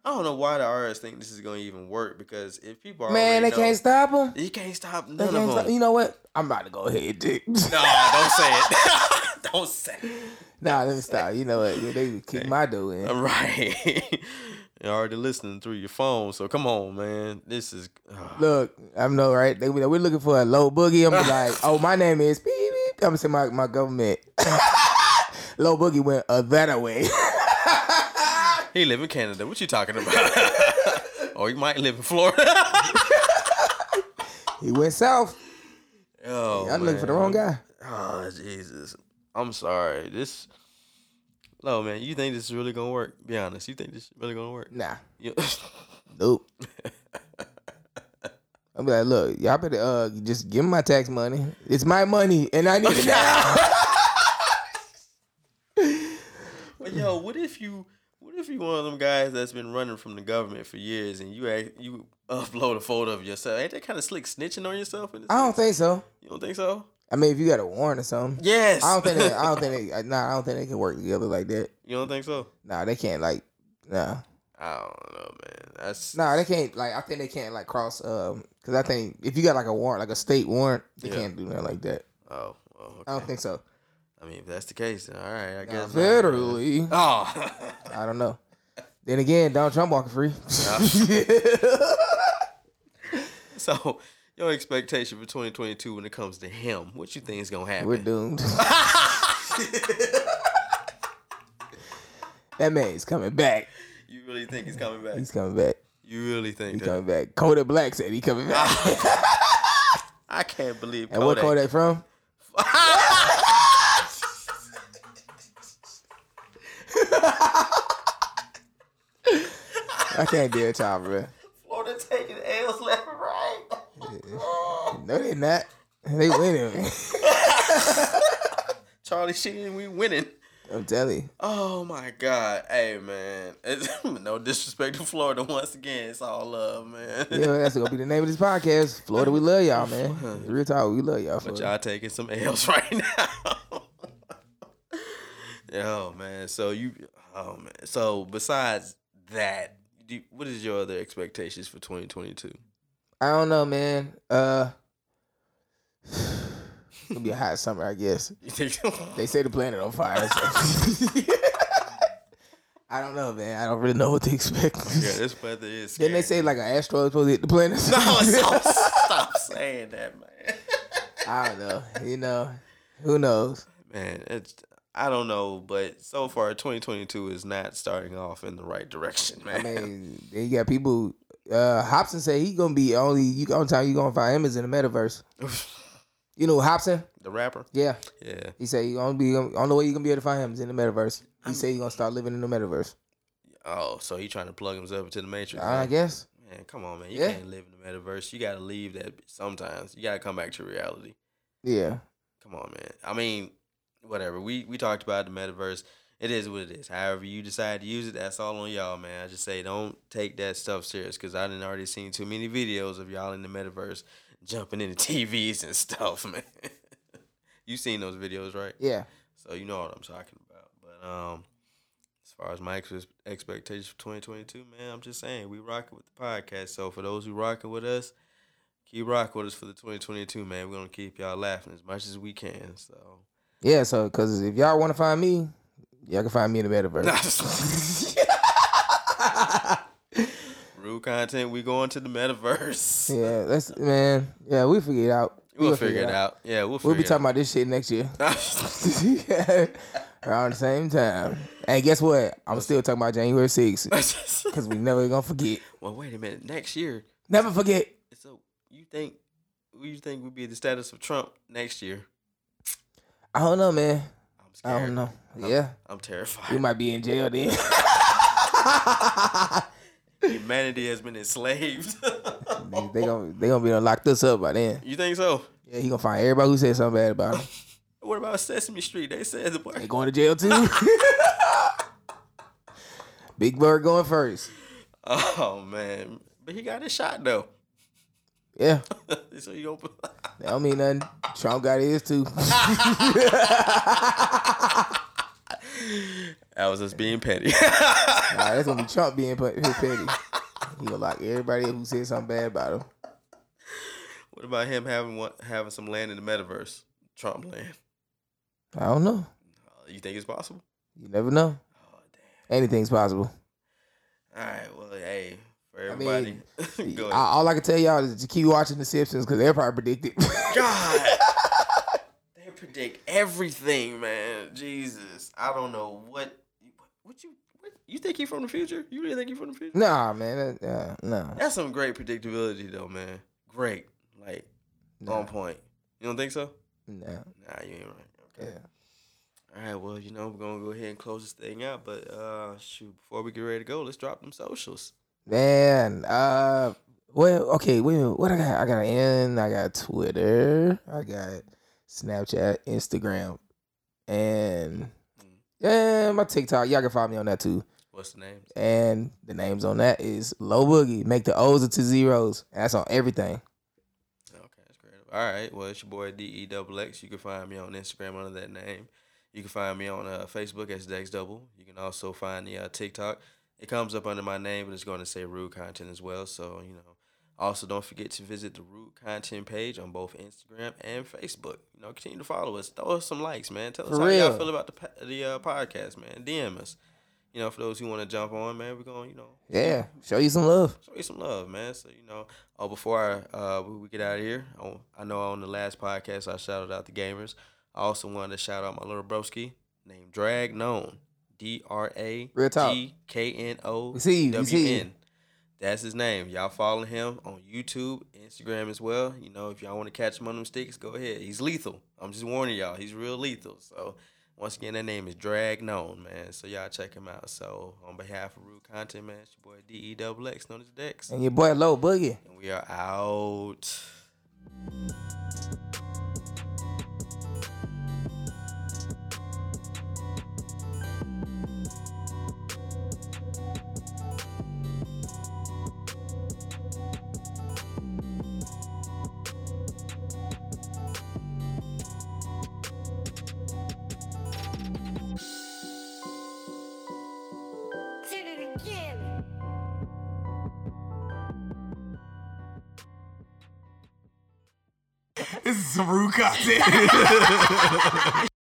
S2: I don't know why the IRS think this is going to even work because if people are
S1: Man, they can't stop him.
S2: You can't stop
S1: They
S2: none
S1: can't
S2: of
S1: stop.
S2: them.
S1: You know what? I'm about to go ahead, dude.
S2: No, don't say it. don't say. It.
S1: nah, let me stop. You know what? Yeah, they would kick my door in.
S2: All right. You're already listening through your phone, so come on, man. This is. ah.
S1: Look, I know, right? They be like, we're looking for a low boogie. I'm be like, oh, my name is beep, beep. I'm gonna say my, my government. low boogie went uh, that away.
S2: He live in Canada. What you talking about? or he might live in Florida.
S1: he went south.
S2: oh,
S1: I'm looking for the
S2: man.
S1: wrong guy.
S2: Oh Jesus! I'm sorry. This, no man. You think this is really gonna work? Be honest. You think this is really gonna work?
S1: Nah,
S2: You-
S1: nope. I'm like, look, y'all better uh, just give me my tax money. It's my money, and I need it now.
S2: but yo, what if you? What if you one of them guys that's been running from the government for years and you act, you upload a photo of yourself? Ain't that kind of slick snitching on yourself? In this
S1: I don't think so.
S2: you don't think so?
S1: I mean, if you got a warrant or something,
S2: Yes.
S1: I don't think they, I don't think they, nah, I don't think they can work together like that.
S2: you don't think so.
S1: Nah, they can't like, nah.
S2: I don't know, man. That's
S1: No, they can't. Like, I think they can't like cross. Um, because I think if you got like a warrant, like a state warrant, they
S2: Yeah.
S1: can't do nothing like that.
S2: oh. Well, okay.
S1: I don't think so.
S2: I mean, if that's the case, then all right. I guess. not, man.
S1: Federally,
S2: Oh.
S1: I don't know. Then again, Donald Trump walking free.
S2: So, your expectation for 2022 when it comes to him, what you think is gonna happen?
S1: We're doomed. that man is coming back.
S2: You really think he's coming back?
S1: He's coming back.
S2: You really think
S1: He's
S2: that?
S1: coming back. Kodak Black said he coming back.
S2: I can't believe
S1: And what
S2: Ah,
S1: Kodak
S2: Kodak.
S1: from? I can't deal with y'all, bro.
S2: Florida taking L's left and right.
S1: No, they not. They winning.
S2: Charlie Sheen, we winning.
S1: I'm telling you.
S2: Oh my God, hey man! It's- no disrespect to Florida once again. It's all love, man.
S1: Yeah, that's gonna be the name of this podcast. Florida, we love y'all, man. Real talk, we love y'all.
S2: But
S1: Florida.
S2: y'all taking some L's right now. Yo, man. So you, oh man. So besides that, do you- what is your other expectations for 2022?
S1: I don't know, man. Uh, it's gonna be a hot summer, I guess.
S2: You think?
S1: They say the planet on fire. so- I don't know, man. I don't really know what to expect.
S2: yeah, this weather is.
S1: Didn't they
S2: scary.
S1: say like an asteroid supposed to hit the planet?
S2: No, stop, stop saying that, man.
S1: I don't know. You know, who knows?
S2: Man, it's. I don't know, but so far 2022 is not starting off in the right direction,
S1: I
S2: man.
S1: mean, then you got people. Uh, Hobson said he gonna be only you only time you gonna find him is in the metaverse. You know Hobson?
S2: the rapper,
S1: Yeah.
S2: yeah.
S1: He said you gonna be on the way you gonna be able to find him is in the metaverse. He said you gonna start living in the metaverse.
S2: Oh, so he trying to plug himself into the matrix?
S1: I
S2: man.
S1: guess.
S2: Man, come on, man. You
S1: Yeah.
S2: can't live in the metaverse. You gotta leave that b- sometimes. You gotta come back to reality.
S1: Yeah.
S2: Come on, man. I mean, whatever. We we talked about the metaverse. It is what it is. However you decide to use it, that's all on y'all, man. I just say don't take that stuff serious because I didn't already seen too many videos of y'all in the metaverse jumping into TVs and stuff, man. you seen those videos, right?
S1: Yeah.
S2: So you know what I'm talking about. But um, as far as my ex- expectations for 2022, man, I'm just saying we rocking with the podcast. So for those who rocking with us, keep rocking with us for the 2022, man. We're gonna keep y'all laughing as much as we can. So
S1: Yeah. So, cause if y'all want to find me, y'all can find me in the metaverse.
S2: Real content, we going to the metaverse.
S1: yeah. That's man. Yeah, we figure it out. We
S2: We'll,
S1: gonna
S2: figure it out. Yeah, we'll figure
S1: We'll be
S2: it
S1: talking about this shit next year.
S2: out.
S1: Around the same time. And guess what? I'm still talking about January 6th. Cause we never gonna forget.
S2: well, wait a minute. Next year,
S1: Never forget.
S2: so you think you think we'd be the status of Trump next year?
S1: I don't know, man.
S2: I'm
S1: I
S2: scared.
S1: don't know. Yeah.
S2: I'm
S1: We
S2: terrified.
S1: might be in jail then.
S2: Humanity has been enslaved.
S1: they, they gonna they gonna be gonna lock this up by then.
S2: you think so?
S1: Yeah, he gonna find everybody who said something bad about him.
S2: What about Sesame Street? They said the
S1: They
S2: boy.
S1: going to jail too. Big Bird going first.
S2: Oh man, but he got his shot though.
S1: Yeah,
S2: so you don't.
S1: That don't mean nothing. Trump got his too.
S2: That was us being petty.
S1: Nah, that's gonna be Trump being put- his petty. He gonna lock everybody up who said something bad about him.
S2: what about him having one, having some land in the metaverse? Trump land.
S1: I don't know.
S2: Uh, you think it's possible?
S1: You never know.
S2: Oh damn.
S1: Anything's possible.
S2: All right. Well, hey, for
S1: I
S2: everybody.
S1: mean,
S2: go ahead.
S1: I- all I can tell y'all is to keep watching The Simpsons because they're probably predicted.
S2: God. they predict everything, man. Jesus. I don't know what what you what, you think he from the future? You really think he from the future?
S1: nah, man. that- Uh, nah,
S2: That's some great predictability though, man. Great. Like on
S1: nah,
S2: point. You don't think so?
S1: nah.
S2: Nah, you ain't right. Okay.
S1: Yeah.
S2: All right, well, you know, we're gonna go ahead and close this thing out, but uh shoot, before we get ready to go, let's drop them socials.
S1: Man, uh, well, okay, wait a minute. What I got? I got an I got Twitter. I got Snapchat, Instagram, and yeah, my TikTok. Y'all can find me on that too.
S2: What's the names?
S1: And the names on that is Low Boogie. Make the O's into zeros. That's on everything.
S2: Okay, that's great. All right. Well, it's your boy D E Double X. You can find me on Instagram under that name. You can find me on uh, Facebook as Dex Double. You can also find the uh, TikTok. It comes up under my name, but it's going to say Rude Content as well. So you know. Also, don't forget to visit the Rude Content page on both Instagram and Facebook. You know, continue to follow us. Throw us some likes, man. Tell us
S1: For
S2: how y'all
S1: real.
S2: feel about the pa- the uh, podcast, man. DM us. You know, for those who want to jump on, man, we're going. to You know,
S1: Yeah, show you some love.
S2: show you some love, man. So you know, uh, before I, uh, we we get out of here, I, wa- I know on the last podcast I shouted out the gamers. I also wanted to shout out my little broski named Drag Known, D R A
S1: Real talk.
S2: G K N O
S1: We see you, we see
S2: W
S1: you.
S2: N. That's his name. Y'all follow him on YouTube, Instagram as well. You know, if y'all want to catch him on them sticks, go ahead. He's lethal. I'm just warning y'all. He's real lethal. So once again, that name is Drag Known, man. So y'all check him out. So on behalf of Rude Content, man, it's your boy D E Double X, known as Dex.
S1: And your boy Low Boogie.
S2: And we are out.
S3: Did it again.
S1: This is some rude content.